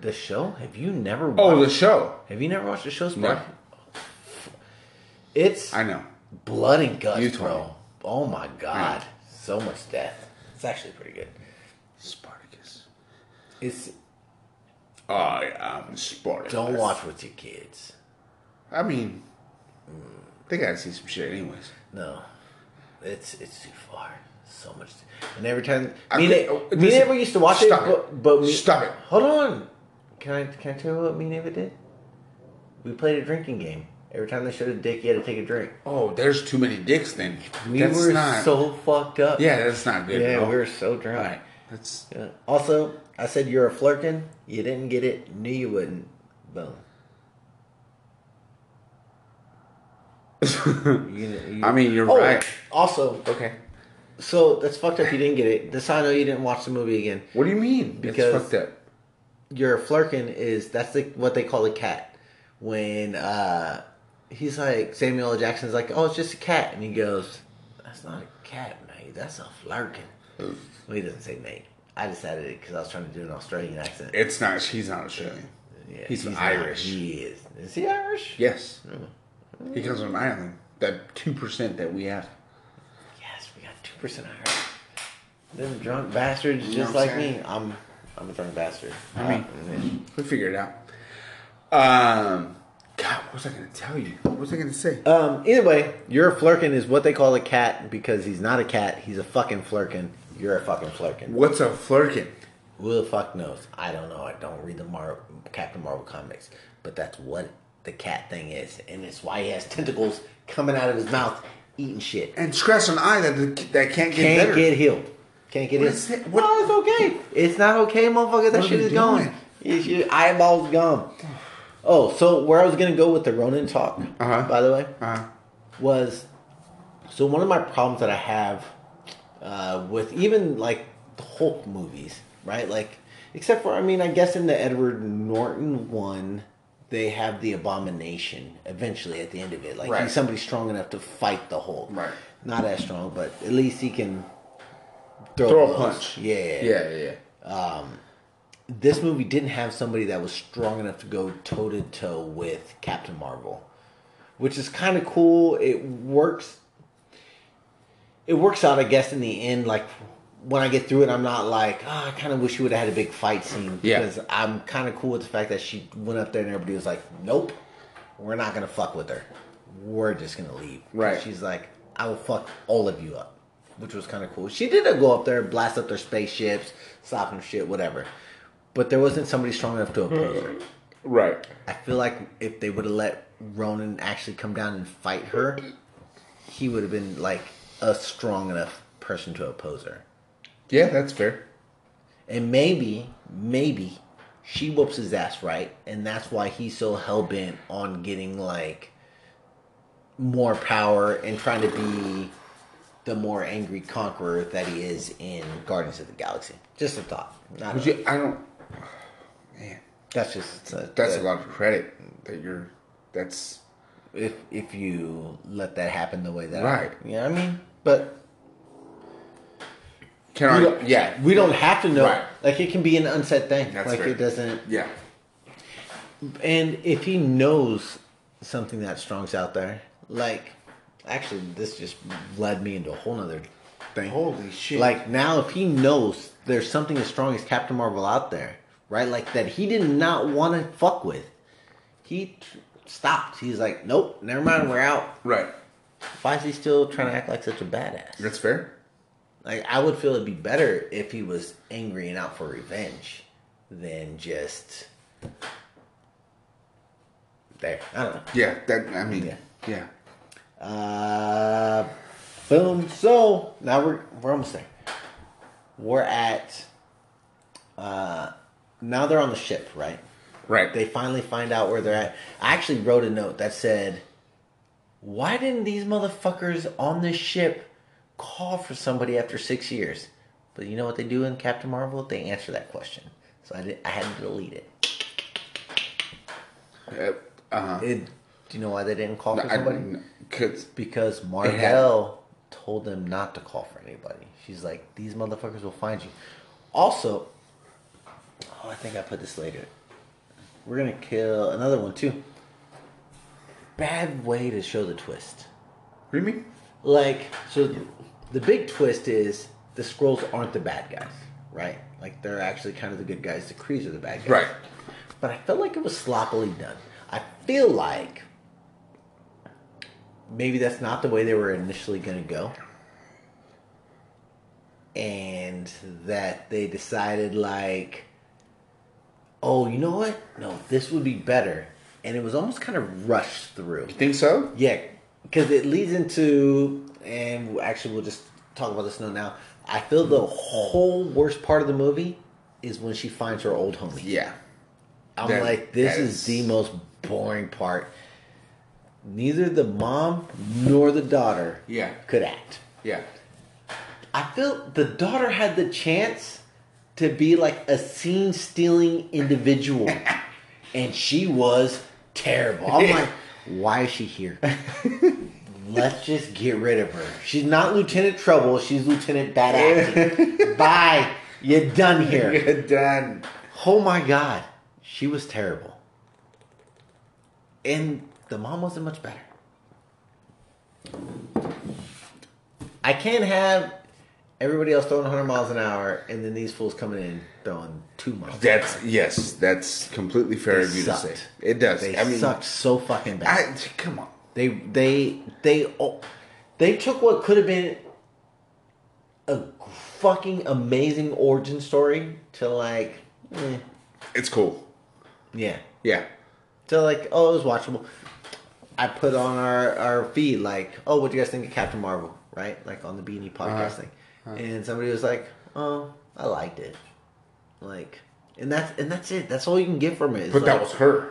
the show. Have you never? Watched,
Oh, the show.
Have you never watched the show
No.
Spartacus? It's
I know.
blood and guts,
You told me.
bro. Oh my god, so much death. It's actually pretty good.
Spartacus.
It's
I am Spartacus.
don't watch with your kids.
I mean, they gotta see some shit, anyways.
No, it's it's too far. So much, and every time
I
me,
mean,
and-
oh,
me and
listen,
Ava used to watch it,
stop it.
but, but me,
Stop it.
Hold on, can I can I tell you what me and Ava did? We played a drinking game. Every time they showed a dick, you had to take a drink.
Oh, there's too many dicks then.
We
that's
were
not,
so fucked up.
Yeah, that's not good.
yeah,
no.
we were so drunk.
Alright, That's
Yeah. Also, I said you're a flirting. You didn't get it. Knew you wouldn't. Boom. You- you-
(laughs) I mean you're
Oh,
right.
Also,
Okay.
so that's fucked up. You didn't get it. That's how I know you didn't watch the movie again.
What do you mean?
Because-
it's fucked up.
Your flirkin is that's the, what they call a cat. When uh, he's like Samuel L. Jackson's like, oh, it's just a cat, and he goes, that's not a cat, mate. That's a flirkin. Well, he doesn't say mate. I decided it because I was trying to do an Australian accent.
It's not. He's not Australian.
Yeah,
he's
not-
Irish.
He is. Is he Irish?
Yes. He comes from Ireland. That two percent that we have.
Yes, we got two percent Irish. Them drunk bastards
know
just
what I'm
like
saying?
me. I'm I'm a drunk bastard. Uh,
I mean-
mean,
We figure it out. Um, God, what was I going to tell you? What was I going to say?
um. Either way, you're a flirkin is what they call a cat because he's not a cat. He's a fucking flirkin. You're a fucking flirkin.
What's a flirkin?
Who the fuck knows? I don't know. I don't read the Mar- Captain Marvel comics, but that's what the cat thing is, and it's why he has tentacles coming out of his mouth eating shit.
and scratch an eye that that can't get
Can't
better.
get healed. Can't get
What
healed.
is it? What-
No, it's okay. It's not okay, motherfucker. That
What are
shit
we
is gone.
doing?
It's- your eyeball's gone. Oh, so where I was gonna go with the Ronin talk,
Uh-huh.
by the way,
uh,
was so one of my problems that I have uh, with even like the Hulk movies, right? Like, except for I mean, I guess in the Edward Norton one, they have the Abomination eventually at the end of it. Like,
Right.
he's somebody strong enough to fight the Hulk.
Right.
Not as strong, but at least he can throw,
throw a
blows.
punch.
Yeah.
yeah, yeah.
This movie didn't have somebody that was strong enough to go toe to toe with Captain Marvel, which is kind of cool. It works. It works out, I guess, in the end. Like when I get through it, I'm not like, oh, I kind of wish she would have had a big fight scene
Yeah.
because I'm kind of cool with the fact that she went up there and everybody was like, nope, we're not gonna fuck with her. We're just gonna leave.
Right.
She's like, I will fuck all of you up, which was kind of cool. She did go up there, blast up their spaceships, stop them shit, whatever. But there wasn't somebody strong enough to oppose her.
Right.
I feel like if they would have let Ronan actually come down and fight her, he would have been like a strong enough person to oppose her.
Yeah, that's fair.
And maybe, maybe she whoops his ass right, and that's why he's so hell bent on getting like more power and trying to be the more angry conqueror that he is in Guardians of the Galaxy. Just a thought. Not
Would you? I don't. Man,
that's just a,
that's a lot of credit that you're. That's
If if you let that happen the way that
Right.
I, you know what I mean. But
can
we
I?
don't,
Yeah,
we don't have to know.
Right.
Like it can be an unsaid thing.
That's
like
fair.
it doesn't.
yeah.
And if he knows something that strong's out there, like, actually, this just led me into a whole nother thing.
Holy shit!
Like, now if he knows there's something as strong as Captain Marvel out there, right? Like, that he did not want to fuck with, he t- stopped. He's like, nope, never mind, we're out.
right.
Why is he still trying to act like such a badass?
That's fair.
Like, I would feel it'd be better if he was angry and out for revenge than just. There. I don't know.
Yeah. That. I mean.
Yeah.
Yeah.
Uh, boom. So now we're we're almost there. We're at. Uh, now they're on the ship, right?
Right.
They finally find out where they're at. I actually wrote a note that said, "Why didn't these motherfuckers on this ship call for somebody after six years?" But you know what they do in Captain Marvel? They answer that question. So I did. I had to delete it.
uh huh.
it do you know why they didn't call for
I
somebody?
don't. Cause
Because
had-
Marvel told them not to call for anybody. She's like, these motherfuckers will find you. Also, oh, I think I put this later. We're gonna kill another one too. Bad way to show the twist.
what do you mean?
Like, so the big twist is the scrolls aren't the bad guys, right? Like they're actually kind of the good guys. The Krees are the bad guys.
Right.
But I felt like it was sloppily done. I feel like maybe that's not the way they were initially going to go. And that they decided, like, oh, you know what? No, this would be better. And it was almost kind of rushed through.
You think so?
Yeah, because it leads into, and actually, we'll just talk about this note now. I feel the whole worst part of the movie is when she finds her old homie.
Yeah.
I'm
That-
like, this
that
is,
is-
the most boring part. Neither the mom nor the daughter
Yeah.
could act.
Yeah.
I feel the daughter had the chance to be like a scene stealing individual, and she was terrible. I'm like, why is she here? Let's just get rid of her. She's not Lieutenant Trouble. She's Lieutenant Bad Acting. Bye. You're done here.
You're done.
Oh my god, she was terrible. And the mom wasn't much better. I can't have everybody else throwing 100 miles an hour and then these fools coming in throwing two miles.
That's yes. That's completely fair
They
of you to say.
sucked.
It does.
They
I mean,
sucked so fucking bad.
I come on.
They they they oh, they took what could have been a fucking amazing origin story to like eh,
It's cool.
yeah
Yeah.
to like oh it was watchable. I put on our, our feed like, oh, what do you guys think of Captain Marvel? Right, like on the Beanie
Uh-huh.
podcast thing, and somebody was like, oh, I liked it, like, and that's and that's it. That's all you can get from it. It's
But that
like-
was her.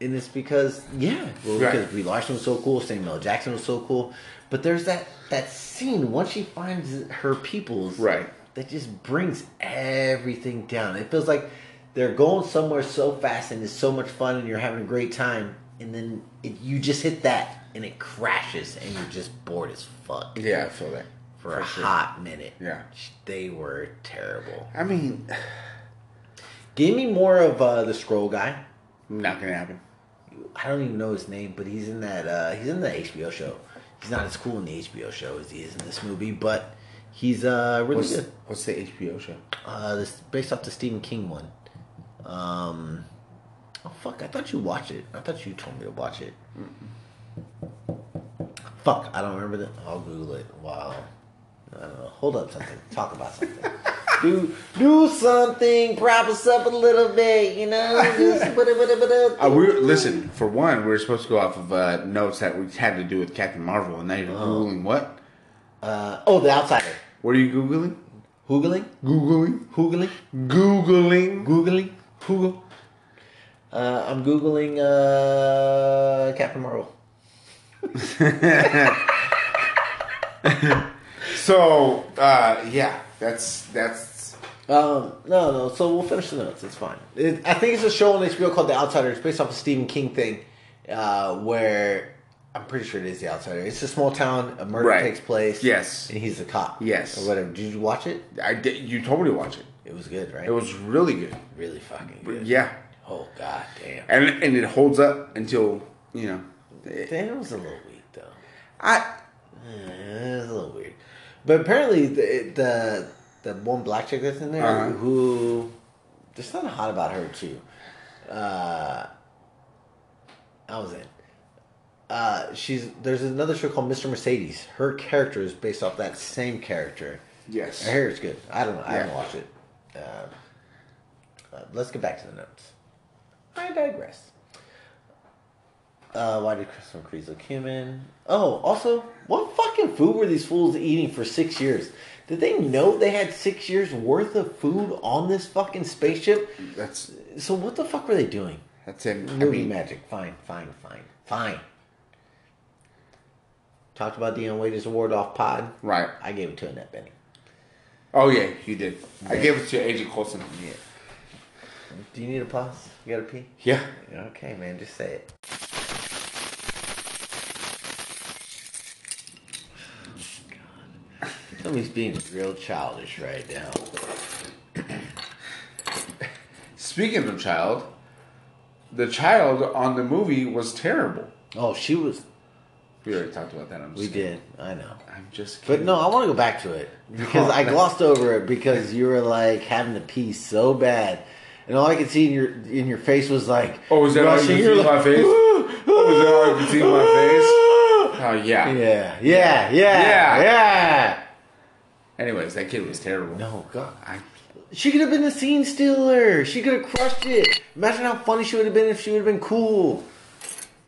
and it's because yeah, well,
Right.
because Brie Larson was so cool, Samuel L. Jackson was so cool, but there's that that scene once she finds her peoples,
Right.
That just brings everything down. It feels like they're going somewhere so fast, and it's so much fun, and you're having a great time, and then it, you just hit that, and it crashes, and you're just bored as fuck
Yeah, I feel that.
for, a hot minute.
Yeah.
they were terrible.
I mean,
Give me more of uh, the scroll guy.
not gonna happen.
I don't even know his name, but he's in that uh, he's in the HBO show. He's not as cool in the HBO show as he is in this movie, but he's uh, really
What's,
good.
what's the HBO show?
Uh, this based off the Stephen King one. Um, oh fuck! I thought you watched it. I thought you told me to watch it. Fuck! I don't remember that. I'll Google it. Wow. I don't know. Hold up, something. Talk about something. do do something. Prop us up a little bit. You know. Just,
Uh, we listen for one. We were supposed to go off of uh, notes that we had to do with Captain Marvel, and now you're googling what?
Uh, oh, The Outsider.
What are you googling?
Googling?
Googling?
Googling?
Googling?
Googling? Google? Uh, I'm Googling uh, Captain Marvel.
So, uh, yeah, that's that's
Um, no, no, so we'll finish the notes. It's fine. It, I think it's a show on HBO called The Outsider. It's based off a Stephen King thing uh, where I'm pretty sure it is The Outsider. It's a small town, a murder
Right.
takes place.
Yes.
And he's the cop.
Yes.
Or whatever. Did you watch it?
I did, you told me to watch it.
It was good, right?
It was really good.
really fucking good.
Yeah,
Oh, god damn.
And and it holds up until you know.
Damn, it was a little weak, though.
I
Yeah, it's a little weird. But apparently, the the, the one black chick that's in there
Uh-huh.
who there's something hot about her too. Uh, I was in. Uh, she's there's another show called Mr. Mercedes. Her character is based off that same character.
yes.
I hear it's good. I don't know. I haven't
Yeah.
watched it. Um, Uh, let's get back to the notes. I digress. Uh, why did Christopher Kreese look human? Oh, also, what fucking food were these fools eating for six years? Did they know they had six years worth of food on this fucking spaceship?
That's
So what the fuck were they doing?
that's it. I
Movie
mean,
magic. Fine, fine, fine, fine. Talked about Dion Waiters award off pod.
right.
I gave it to Annette Benny.
Oh yeah, you did. I gave it to Agent Coulson. Yeah.
Do you need a pause? You gotta pee?
Yeah.
Okay, man, just say (sighs) it. God. Somebody's being real childish right now.
Speaking of child, the child on the movie was terrible.
Oh, she was.
We already talked about that. I'm
We
just
did. I know.
I'm just
But
kidding.
no, I want to go back to it because (laughs) I glossed over it because you were like having to pee so bad, and all I could see in your in your face was like,
Oh, is that all you
rushing.
can see
You're
in my
like,
face?
(laughs)
Oh, is that all you can see in my face? Oh, yeah.
Yeah, yeah, yeah, yeah,
Yeah.
yeah.
Anyways, that kid was terrible.
No, God.
I,
She could have been a scene stealer. She could have crushed it. Imagine how funny she would have been if she would have been cool.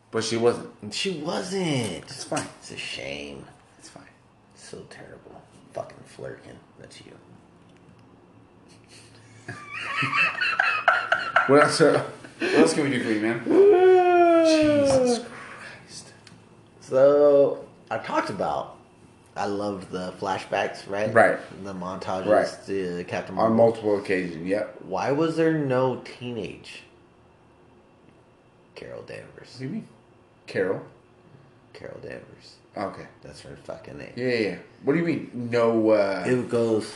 but she wasn't.
And she wasn't. It's
fine.
It's a shame.
It's fine.
So terrible. Fucking flirting. That's you.
What else? uh,
What else can we do for you, man?
Jesus Christ.
So I talked about. I love the flashbacks, right?
Right.
The montages
Right.
to Captain
On
Marvel.
multiple occasions, yep.
Why was there no teenage Carol Danvers?
What do you mean? Carol?
Carol Danvers.
Okay.
That's her fucking name.
Yeah, yeah, yeah. What do you mean? No, uh.
It goes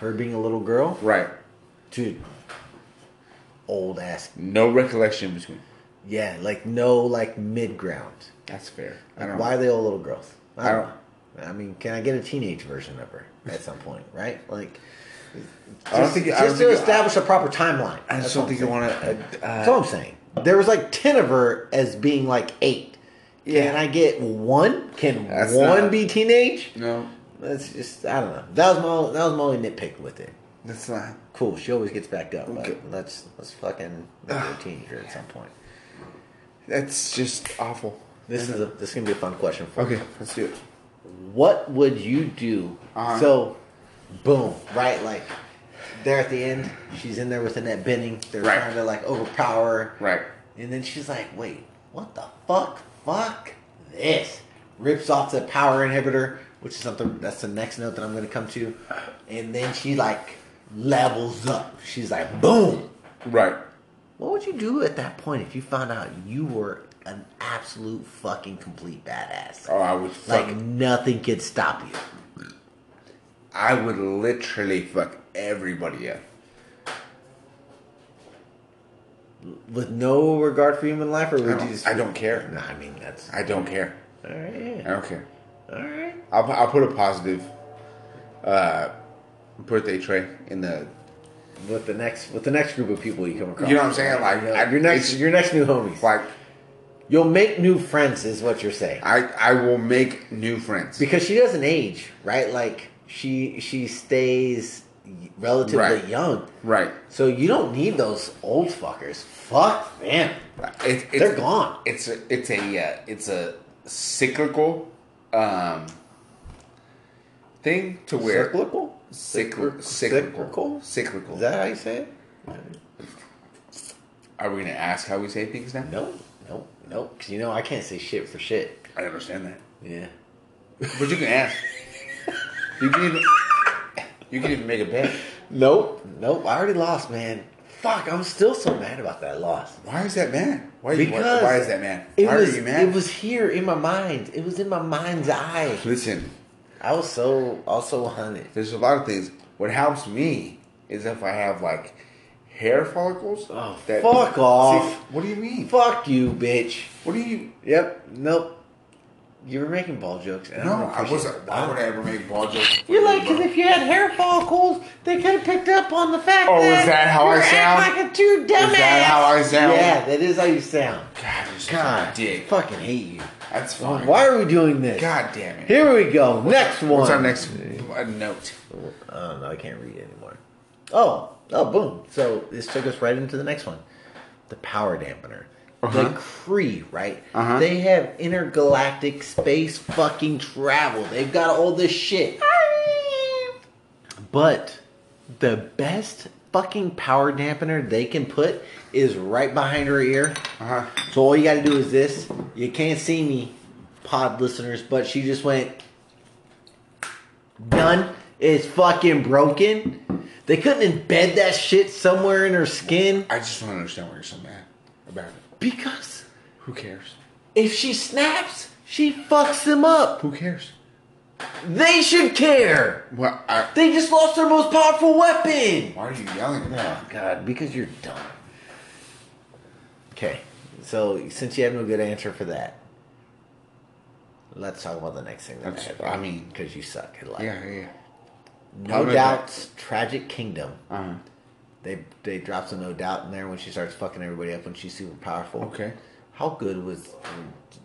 her being a little girl
right.
Dude, old ass.
No recollection between.
Yeah, like no, like mid ground.
That's fair. I don't
Why are they all little girls? I
I
don't.
don't-
know. I mean, can I get a teenage version of her at some point? Right, like
I don't
just,
think- I
just
don't
to
think-
establish a proper timeline.
I just
That's all
don't think
I'm
you uh, want
saying.
to.
That's all I'm saying. There was like ten of her as being like eight.
Yeah.
Can I get one? Can
That's
one
not-
be teenage?
no,
That's just I don't know. That was my only, that was my only nitpick with it.
that's not.
cool. She always gets backed up. but
Okay.
let's let's fucking make her a teenager at some point.
That's just awful.
This is a, this is gonna be a fun question for you.
Okay, let's do it.
What would you do?
Uh-huh.
So, boom, right? Like, there at the end, she's in there with Annette Benning. They're
Right.
trying to like overpower. her.
Right.
And then she's like, wait, what the fuck? Fuck this. Rips off the power inhibitor, which is something that's the next note that I'm going to come to. And then she like levels up. She's like, boom.
Right.
What would you do at that point if you found out you were an absolute fucking complete badass?
Oh, I would fuck.
like nothing could stop you.
I would literally fuck everybody up.
With no regard for human life, or
I
would you
don't,
just.
I don't care.
No, I mean, that's.
I don't care.
Alright,
I
yeah.
don't care.
Alright.
I'll, pu- I'll put a positive uh, birthday tray in the.
With the next with the next group of people you come across.
You know what I'm saying? Like, I-
your next
it's-
your next new homies.
Like,
You'll make new friends, is what you're saying.
I, I will make new friends.
Because she doesn't age, right? Like she she stays relatively
Right.
young.
Right.
So you don't need those old fuckers. Fuck them.
It, it's,
They're gone.
It's a, it's a uh, it's a cyclical um, thing to where
Cyclical?
Cycl-
Cycl-
cyclical,
cyclical?
cyclical.
Is that how you say it?
Are we gonna ask how we say things now?
No, no, no. Because you know I can't say shit for shit.
I understand that,
Yeah.
but you
(laughs)
can ask. you can even you can even make a bet.
Nope, nope. I already lost, man. Fuck, I'm still so mad about that loss.
Why is that mad? Why, you- why-
Because
why, is that mad?
It
Why
was,
are you mad?
It was here in my mind. It was in my mind's eye.
Listen,
I was so also hunted.
there's a lot of things. What helps me is if I have like hair follicles.
Oh, fuck
See,
off.
what do you mean?
Fuck you, bitch.
What do you?
Yep. Nope. You were making ball jokes. and
No,
don't
I
appreciate
wasn't.
it.
Why would I ever make ball jokes? for
You're
you,
like, because
bro?
if you had hair follicles, they could have picked up on the fact
Oh,
that
is that how I
you're acting
sound?
like a two dumbass.
Is that how I sound?
Yeah, that is how you sound.
God, you're such
God,
a dick.
fucking hate you.
That's fine.
Why are we doing this?
God damn it.
Here we go. next one.
What's our next uh, note?
I don't know. I can't read it anymore. Oh, oh, boom. So this took us right into the next one the power dampener.
Uh-huh.
The Kree, right?
Uh-huh.
They have intergalactic space fucking travel. They've got all this shit. But the best fucking power dampener they can put is right behind her ear.
Uh-huh.
So all you gotta do is this. You can't see me, pod listeners, but she just went done. It's fucking broken. They couldn't embed that shit somewhere in her skin
I just don't understand why you're so mad about it.
because
Who cares?
if she snaps, she fucks them up.
Who cares?
They should care.
Well, I,
They just lost their most powerful weapon.
why are you yelling at me?
Oh God, because you're dumb. Okay, so since you have no good answer for that, let's talk about the next thing that
That's-
I have.
I mean-
because you suck at life.
Yeah, yeah.
No
Probably
doubts, tragic kingdom.
Uh-huh.
They they dropped some no doubt in there when she starts fucking everybody up when she's super powerful.
Okay.
How good was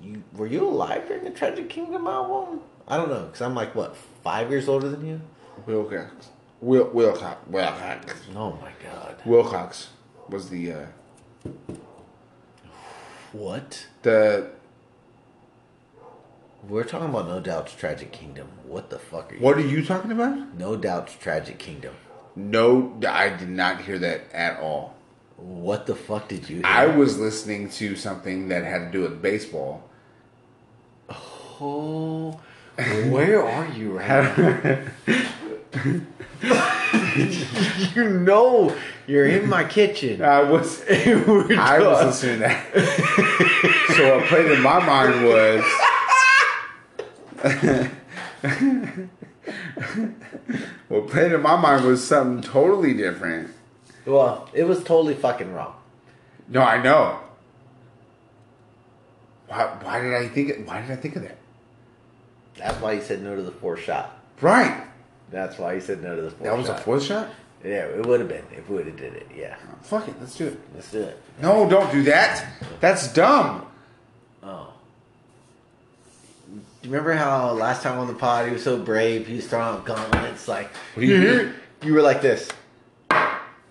you? Were you alive during the Tragic Kingdom album? I don't know because I'm like what five years older than you.
Wilcox. Will, Wilcox. Wilcox.
Oh my god!
Wilcox was the, uh,
What?
the,
We're talking about No Doubt's Tragic Kingdom. What the fuck are you?
what are you talking about?
No Doubt's Tragic Kingdom.
No, I did not hear that at all.
What the fuck did you?
I
hear?
was listening to something that had to do with baseball.
Oh, (laughs) where are you right now? (laughs) you know you're in my kitchen. (laughs)
I was I was listening to that. so what played in my mind was (laughs) what played in my mind was something totally different.
Well, it was totally fucking wrong.
No, I know. Why, why did I think? Why did I think of that?
That's why you said no to the fourth shot.
Right.
That's why you said no to the fourth
That was
shot.
a fourth shot.
Yeah, it would have been if we would have did it. Yeah,
Fuck it. Let's do it.
let's do it.
No, don't do that. That's dumb.
Oh. Do you remember how last time on the pod he was so brave? He was throwing out gauntlets like.
What do you mean?
You were like this.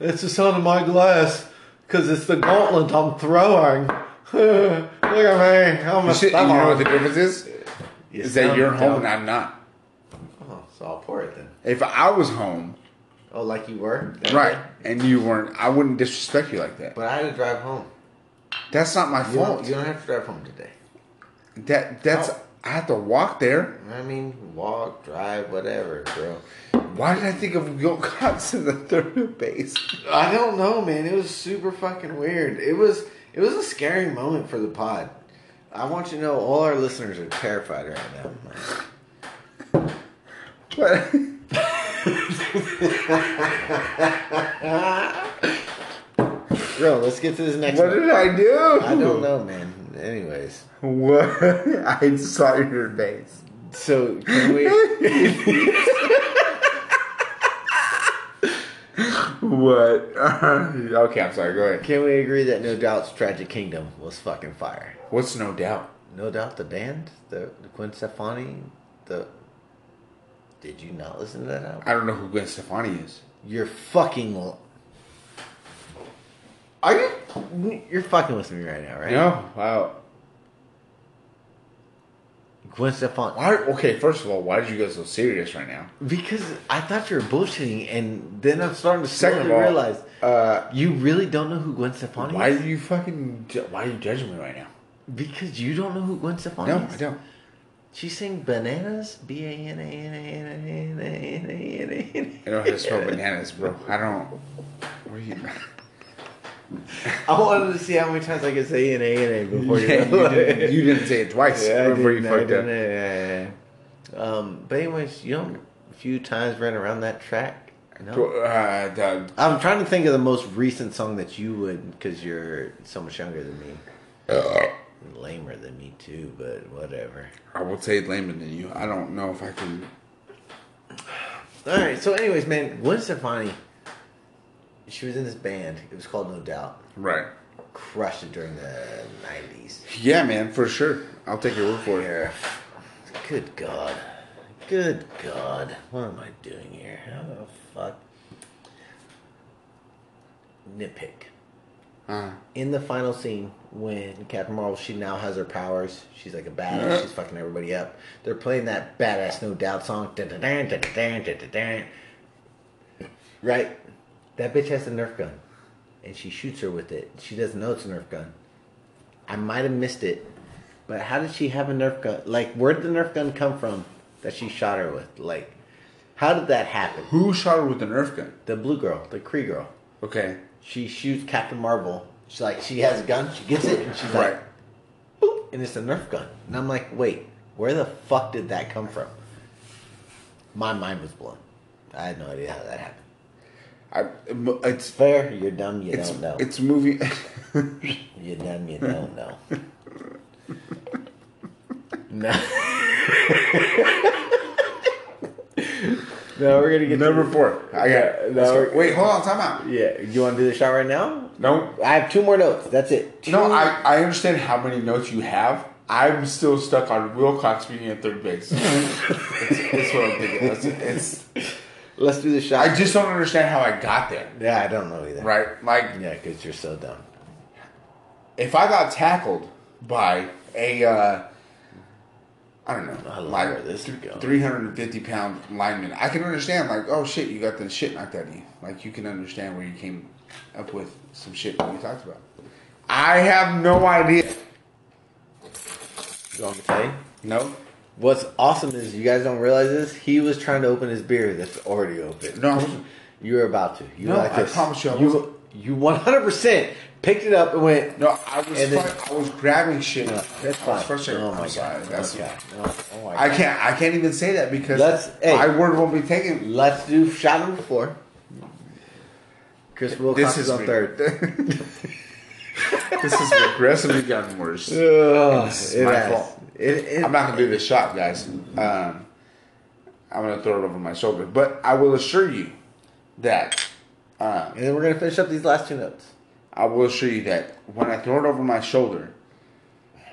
It's the sound of my glass because it's the gauntlet I'm throwing. (laughs) Look at me. I'm a
You, should, you know what the difference is?
Yes,
Is that
I'm
you're home and
down.
I'm not.
Oh, so I'll pour it then.
If I was home,
Oh, like you were?
right, and you weren't, I wouldn't disrespect you like that.
But I had to drive home.
That's not my
You don't,
fault.
you don't have to drive home today.
That that's
No.
I have to walk there.
I mean, walk, drive, whatever, bro.
Why did I think of go cuts in the third base?
I don't know, man. It was super fucking weird. It was it was a scary moment for the pod. I want you to know all our listeners are terrified right now. (laughs)
But
Bro, let's get to this next
what
one.
did I do?
I don't know, man. Anyways.
What (laughs) I saw your base.
So can we
What? (laughs) okay, I'm sorry. Go ahead.
can we agree that No Doubt's Tragic Kingdom was fucking fire?
What's no doubt?
No Doubt the band? The, the Gwen Stefani? The Did you not listen to that album?
I don't know who Gwen Stefani is.
You're fucking. l- Are you? You're fucking with me right now, right?
No. Wow.
Gwen Stefani.
Why? Okay. First of all, why did you go so serious right now?
Because I thought you were bullshitting, and then I'm starting to
Second
slowly
of all,
realize
Uh,
you really don't know who Gwen Stefani
why
is.
do you fucking? ju- Why are you judging me right now?
Because you don't know who Gwen Stefani
No,
is.
I don't.
She sang bananas. B a n a n a n a n a n a n a n
I know how to spell bananas, bro. I don't. What are you?
a. I wanted to see how many times I could say n a n a before
Yeah,
you.
you, didn't, you didn't say it twice
Yeah, I
before
didn't,
you
I
fucked up.
didn't, yeah, yeah, yeah. Um, but anyways, you know, a few times ran around that track. No,
Uh, the-
I'm trying to think of the most recent song that you would, because you're so much younger than me, lamer than me too. But whatever.
I will say it layman than you. I don't know if I can.
All right. So, anyways, man, Gwen Stefani, she was in this band. It was called No Doubt.
Right.
Crushed it during the '90s.
Yeah, man, for sure. I'll take your word for it.
Here. Good God. Good God. What am I doing here? How the fuck? Nitpick.
Uh,
In the final scene, when Captain Marvel, she now has her powers. She's like a badass. She's fucking everybody up. They're playing that badass No Doubt song. Dun-dun-dun, dun-dun-dun, dun-dun-dun. Right? That bitch has a Nerf gun. And she shoots her with it. She doesn't know it's a Nerf gun. I might have missed it, but how did she have a Nerf gun? Like, where did the Nerf gun come from that she shot her with? Like, how did that happen?
who shot her with an Nerf gun?
The blue girl, the Kree girl,
Okay.
she shoots Captain Marvel. She's like, she has a gun, she gets it, and she's
Right.
like, boop, and it's a Nerf gun. And I'm like, wait, where the fuck did that come from? My mind was blown. I had no idea how that happened.
I, it's
Fair, you're dumb, you
it's
don't know.
it's movie. (laughs)
You're dumb, you don't know. no. (laughs) no, we're gonna get
Number
To,
four. I got it.
Yeah,
Let's
no,
go. Wait, hold on. Time out.
yeah, you want to do the shot right now?
No,
I have two more notes. That's it. Two,
no. I, I understand how many notes you have. I'm still stuck on Wilcox being at
(laughs)
third base. That's that's what I'm thinking. That's- it's-
Let's do the shot.
I just don't understand how I got there.
yeah, I don't know either.
Right? Like,
Yeah, because you're so dumb.
if I got tackled by a, uh, I don't know,
I love where
like
this is going.
350 pound lineman, I can understand, like, oh shit, you got the shit knocked out of you. Like, you can understand where you came up with some shit that you talked about. I have no idea.
You want me to tell you?
No?
What's awesome is you guys don't realize this. He was trying to open his beer that's already open.
No, I wasn't.
you were about to. You
No,
were like
I
this.
promise you I wasn't.
you, you 100% picked it up and went,
No, I was,
And then-
fuck- I was grabbing shit.
No, that's
I was
fine.
frustrated.
Oh
I'm
my
sorry.
god.
That's-
okay. Oh, oh my
I
god.
can't. I can't even say that because
Let's- hey.
my word won't be taken.
Let's do shot number four. Chris Wilcox
This
is,
is
on
me. (laughs)
third.
This has progressively gotten worse.
Ugh,
This is
it
my
has.
fault.
It- it-
I'm not gonna do this shot, guys. Um, I'm gonna throw it over my shoulder, but I will assure you that uh,
and then we're gonna finish up these last two notes.
I will assure you that when I throw it over my shoulder,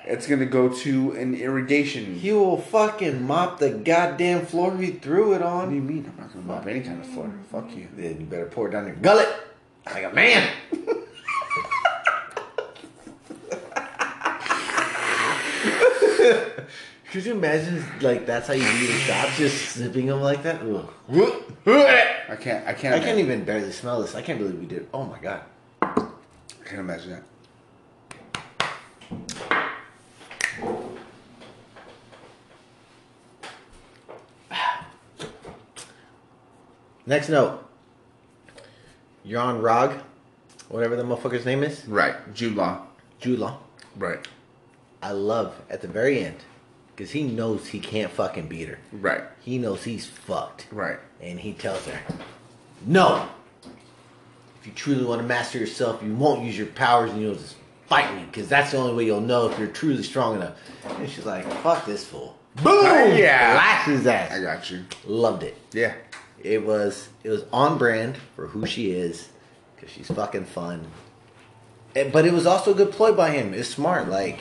it's gonna go to an irrigation.
He will fucking mop the goddamn floor he threw it
what
on.
do you mean? I'm not gonna mop any kind of floor. Fuck you.
Then you better pour it down your gullet like a man. Could you imagine, if, like, that's how you do the job? Just snipping them like that? Ugh.
I can't. I can't.
I can't even barely smell this. I can't believe we did. it. Oh my god.
I can't imagine that.
Next note. You're on Rog, whatever the motherfucker's name is,
Right, Jude Law.
Jude Law.
Right,
I love at the very end because he knows he can't fucking beat her.
right,
He knows he's fucked.
right.
And he tells her, No! If you truly want to master yourself, you won't use your powers and you'll just fight me because that's the only way you'll know if you're truly strong enough. And she's like, Fuck this fool. Boom!
Yeah.
Laps his
I
ass.
got you.
Loved it.
Yeah,
It was it was on brand for who she is, because she's fucking fun. And- but it was also a good play by him. It's smart. Like,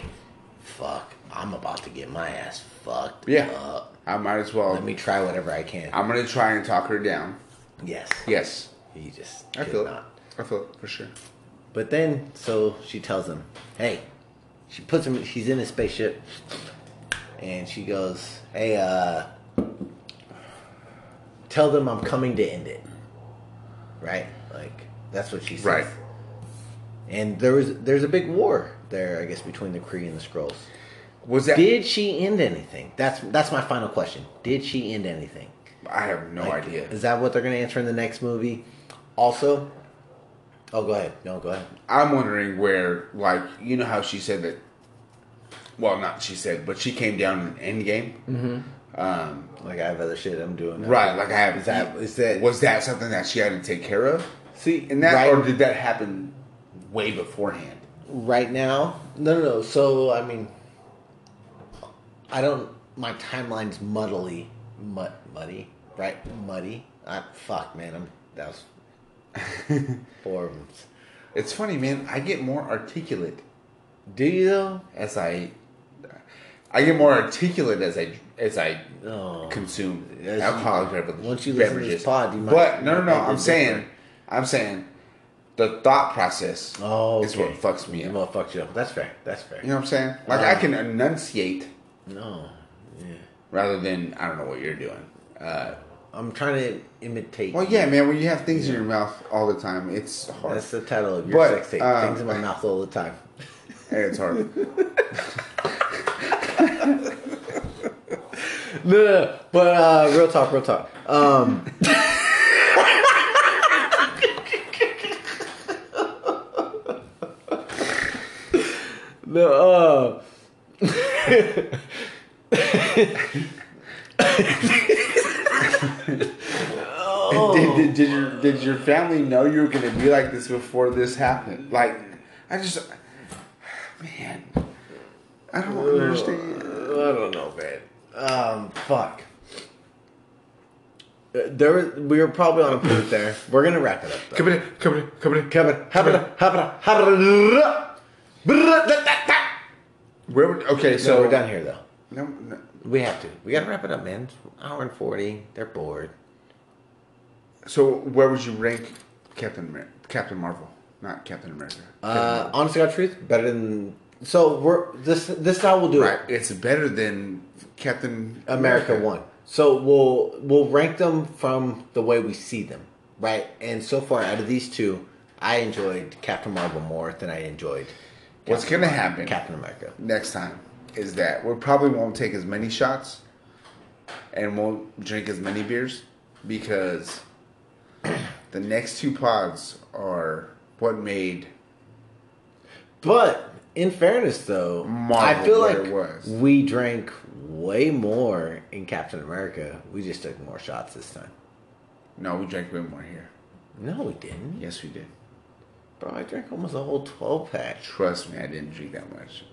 fuck, I'm about to get my ass fucked
Yeah.
up.
I might as well.
Uh, Let me try whatever I can.
I'm gonna try and talk her down.
yes.
Yes,
He just
I
could
feel
not.
it. I feel it for sure.
But then, so she tells him, "Hey," she puts him. She's in a spaceship, and she goes, "Hey, uh, tell them I'm coming to end it." Right, like that's what she says.
Right.
And there was there's a big war there, I guess, between the Kree and the Skrulls.
Was that?
Did she end anything? That's that's my final question. Did she end anything?
I have no
Like,
idea.
Is that what they're gonna answer in the next movie? Also, oh, go ahead. No, go ahead.
I'm wondering where, like, you know how she said that. Well, not she said, but she came down in Endgame. Mm-hmm. Um,
Like I have other shit I'm doing. now.
right, like I have.
Is that is that
was that something that she had to take care of?
see
And that, or
right,
did that happen way beforehand?
right now? No, no, no. So I mean, I don't. My timeline's muddly, mud, muddy, right? Muddy. I fuck, man. I'm that was
(laughs)
four of them.
It's funny, man. I get more articulate
Do you though?
as I, I get more articulate as I as I
No.
consume
Uh-huh. As you-
alcoholic beverages.
once you listen to this pod, you might-
But no,
you
no,
might
no.
think
I'm
it's
saying,
different.
I'm saying, the thought process
Oh, okay.
is what fucks me
You
up.
motherfucked you up. That's fair. That's fair.
You know what I'm saying? Like
uh-huh.
I can enunciate
No. Yeah.
rather than I don't know what you're doing. Uh,
I'm trying to imitate.
well, yeah, man. When you have things in your mouth all the time, it's hard.
That's the title of your
But,
sex tape.
uh,
Things in my mouth all the time.
it's hard.
(laughs) No, no, no. But uh, real talk, real talk. Um, (laughs) no, uh,
Did, did, did your did your family know you were going to be like this before this happened? Like, I just, man, I don't understand.
I don't know, man. Um, fuck. Uh, There, was- we were probably on a point there. We're gonna wrap it up. Though.
Coming in, coming in, coming in,
Come on, hop it up, hop it up, hop it up.
Where would, okay,
So
so
we're done here, though.
No, no,
We have to. We gotta wrap it up, man. It's an hour and forty. They're bored.
so where would you rank Captain Amer- Captain Marvel? Not Captain America.
Uh, honest to God, truth, better than. So we're this. This is how we'll do
right,
it.
it's better than Captain
America one. So we'll we'll rank them from the way we see them, right? And so far, out of these two, I enjoyed Captain Marvel more than I enjoyed
What's going to happen
Captain America.
next time is that we probably won't take as many shots and won't drink as many beers because (clears throat) the next two pods are what made
But in fairness, though,
Marvel
I feel
what
like
it was.
we drank way more in Captain America. We just took more shots this time.
no, we drank way more here.
No, we didn't.
Yes, we did.
Bro, I drank almost a whole twelve pack.
Trust me, I didn't drink that much.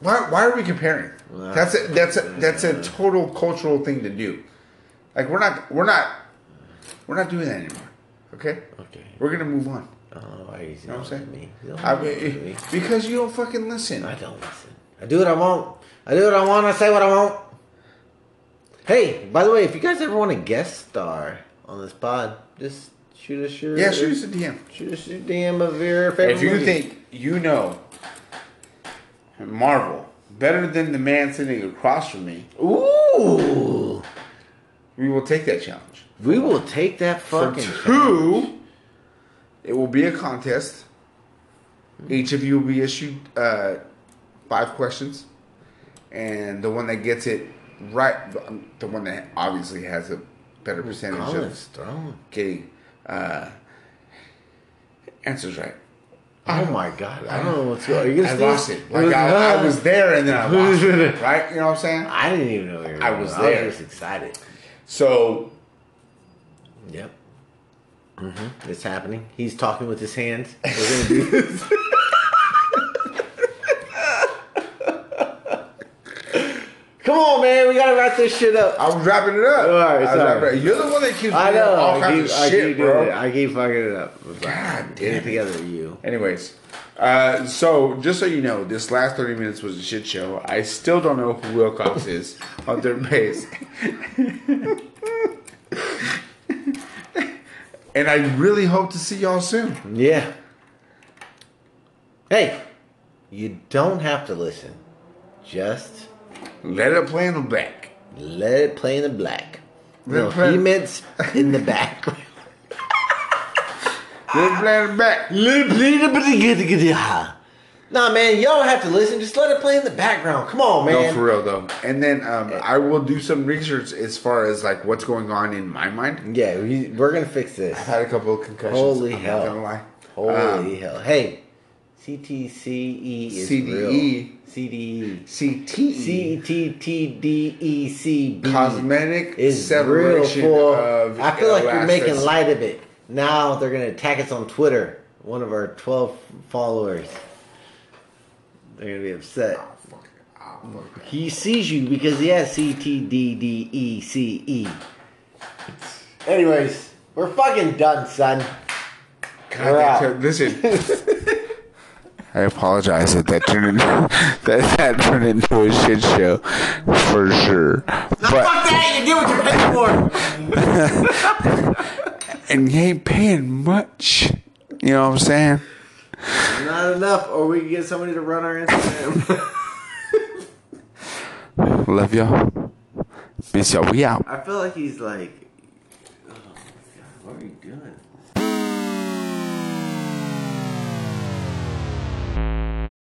Why, why are we comparing? That's a, that's a, that's (laughs) a total cultural thing to do. Like we're not we're not we're not doing that anymore. Okay?
Okay.
We're going to move on.
I don't know why he's
You know
yelling
what
at
I'm
me.
saying?
He's yelling
I
at
mean,
me.
because you don't fucking listen.
I don't listen. I do what I want. I do what I want. I say what I want. Hey, by the way, if you guys ever want to guest star on this pod, just shoot us your
Yeah, shoot us a DM.
shoot us your DM of your favorite.
If you
movie.
think you know
Marvel. Better than the man sitting across from me.
Ooh,
We will take that challenge.
we will take that fucking.
Two, it will be a contest. Each of you will be issued uh, five questions, and the one that gets it right, the- the one that obviously has a better percentage of
Collins throwing.
getting uh, answers right.
Oh my god! I don't know what's going. Are you
I
gonna
lost
sneeze?
it. Like I, I
(laughs)
was there and then I lost it. Right? You know what I'm saying?
I didn't even know you were
I
going.
was
I
there.
was just excited.
So
Yep. Mm-hmm. It's happening. He's talking with his
(laughs)
hands. We're gonna do this. Come on, man. We gotta wrap this shit up.
I was wrapping it up.
All right,
I was
sorry.
wrapping it up. You're the one that keeps
I
bringing up
know.
all
I
kinds
keep,
of
I
shit,
keep
bro.
doing it. I keep fucking it up. God
God
Get
damn
it
it.
together, you.
Anyways, uh, so just so you know, this last 30 minutes was a shit show. I still don't know who Wilcox is (laughs) on third base. (laughs) and I really hope to see y'all soon.
Yeah. Hey, you don't have to listen. Just
Let it play in the back.
let it play in the black.
Let it
No,
play-
he meant in the
(laughs)
background.
Let it play in the back.
nah, man, y'all don't have to listen. Just let it play in the background. Come on,
No,
man.
for real though. And then um, I will do some research as far as like what's going on in my mind.
yeah, we, we're gonna fix this.
I had a couple of concussions.
Holy
I'm
hell.
Not gonna lie.
Holy
Um,
hell! Hey, CTCE E is
CDE.
real. E. CDE.
CTE.
E CTTDECB.
cosmetic
E is real
separation
for.
of.
I feel like we're making
elastic-
light of it. Now they're gonna attack us on Twitter. One of our twelve followers. They're gonna be upset.
Fuck it. Oh, fuck it.
He sees you because he has C T D D E C E. Anyways, we're fucking done, son.
God,
We're out.
that
(laughs)
turned- Listen. I apologize that that turned into, (laughs) that, that turned into a shit show for sure. But
that! You do what you're paid for.
and you ain't paying much. You know what I'm saying?
Not enough, or we can get somebody to run our Instagram. (laughs)
Love y'all. Miss y'all. We out.
I feel like he's like, oh my god, what are you doing?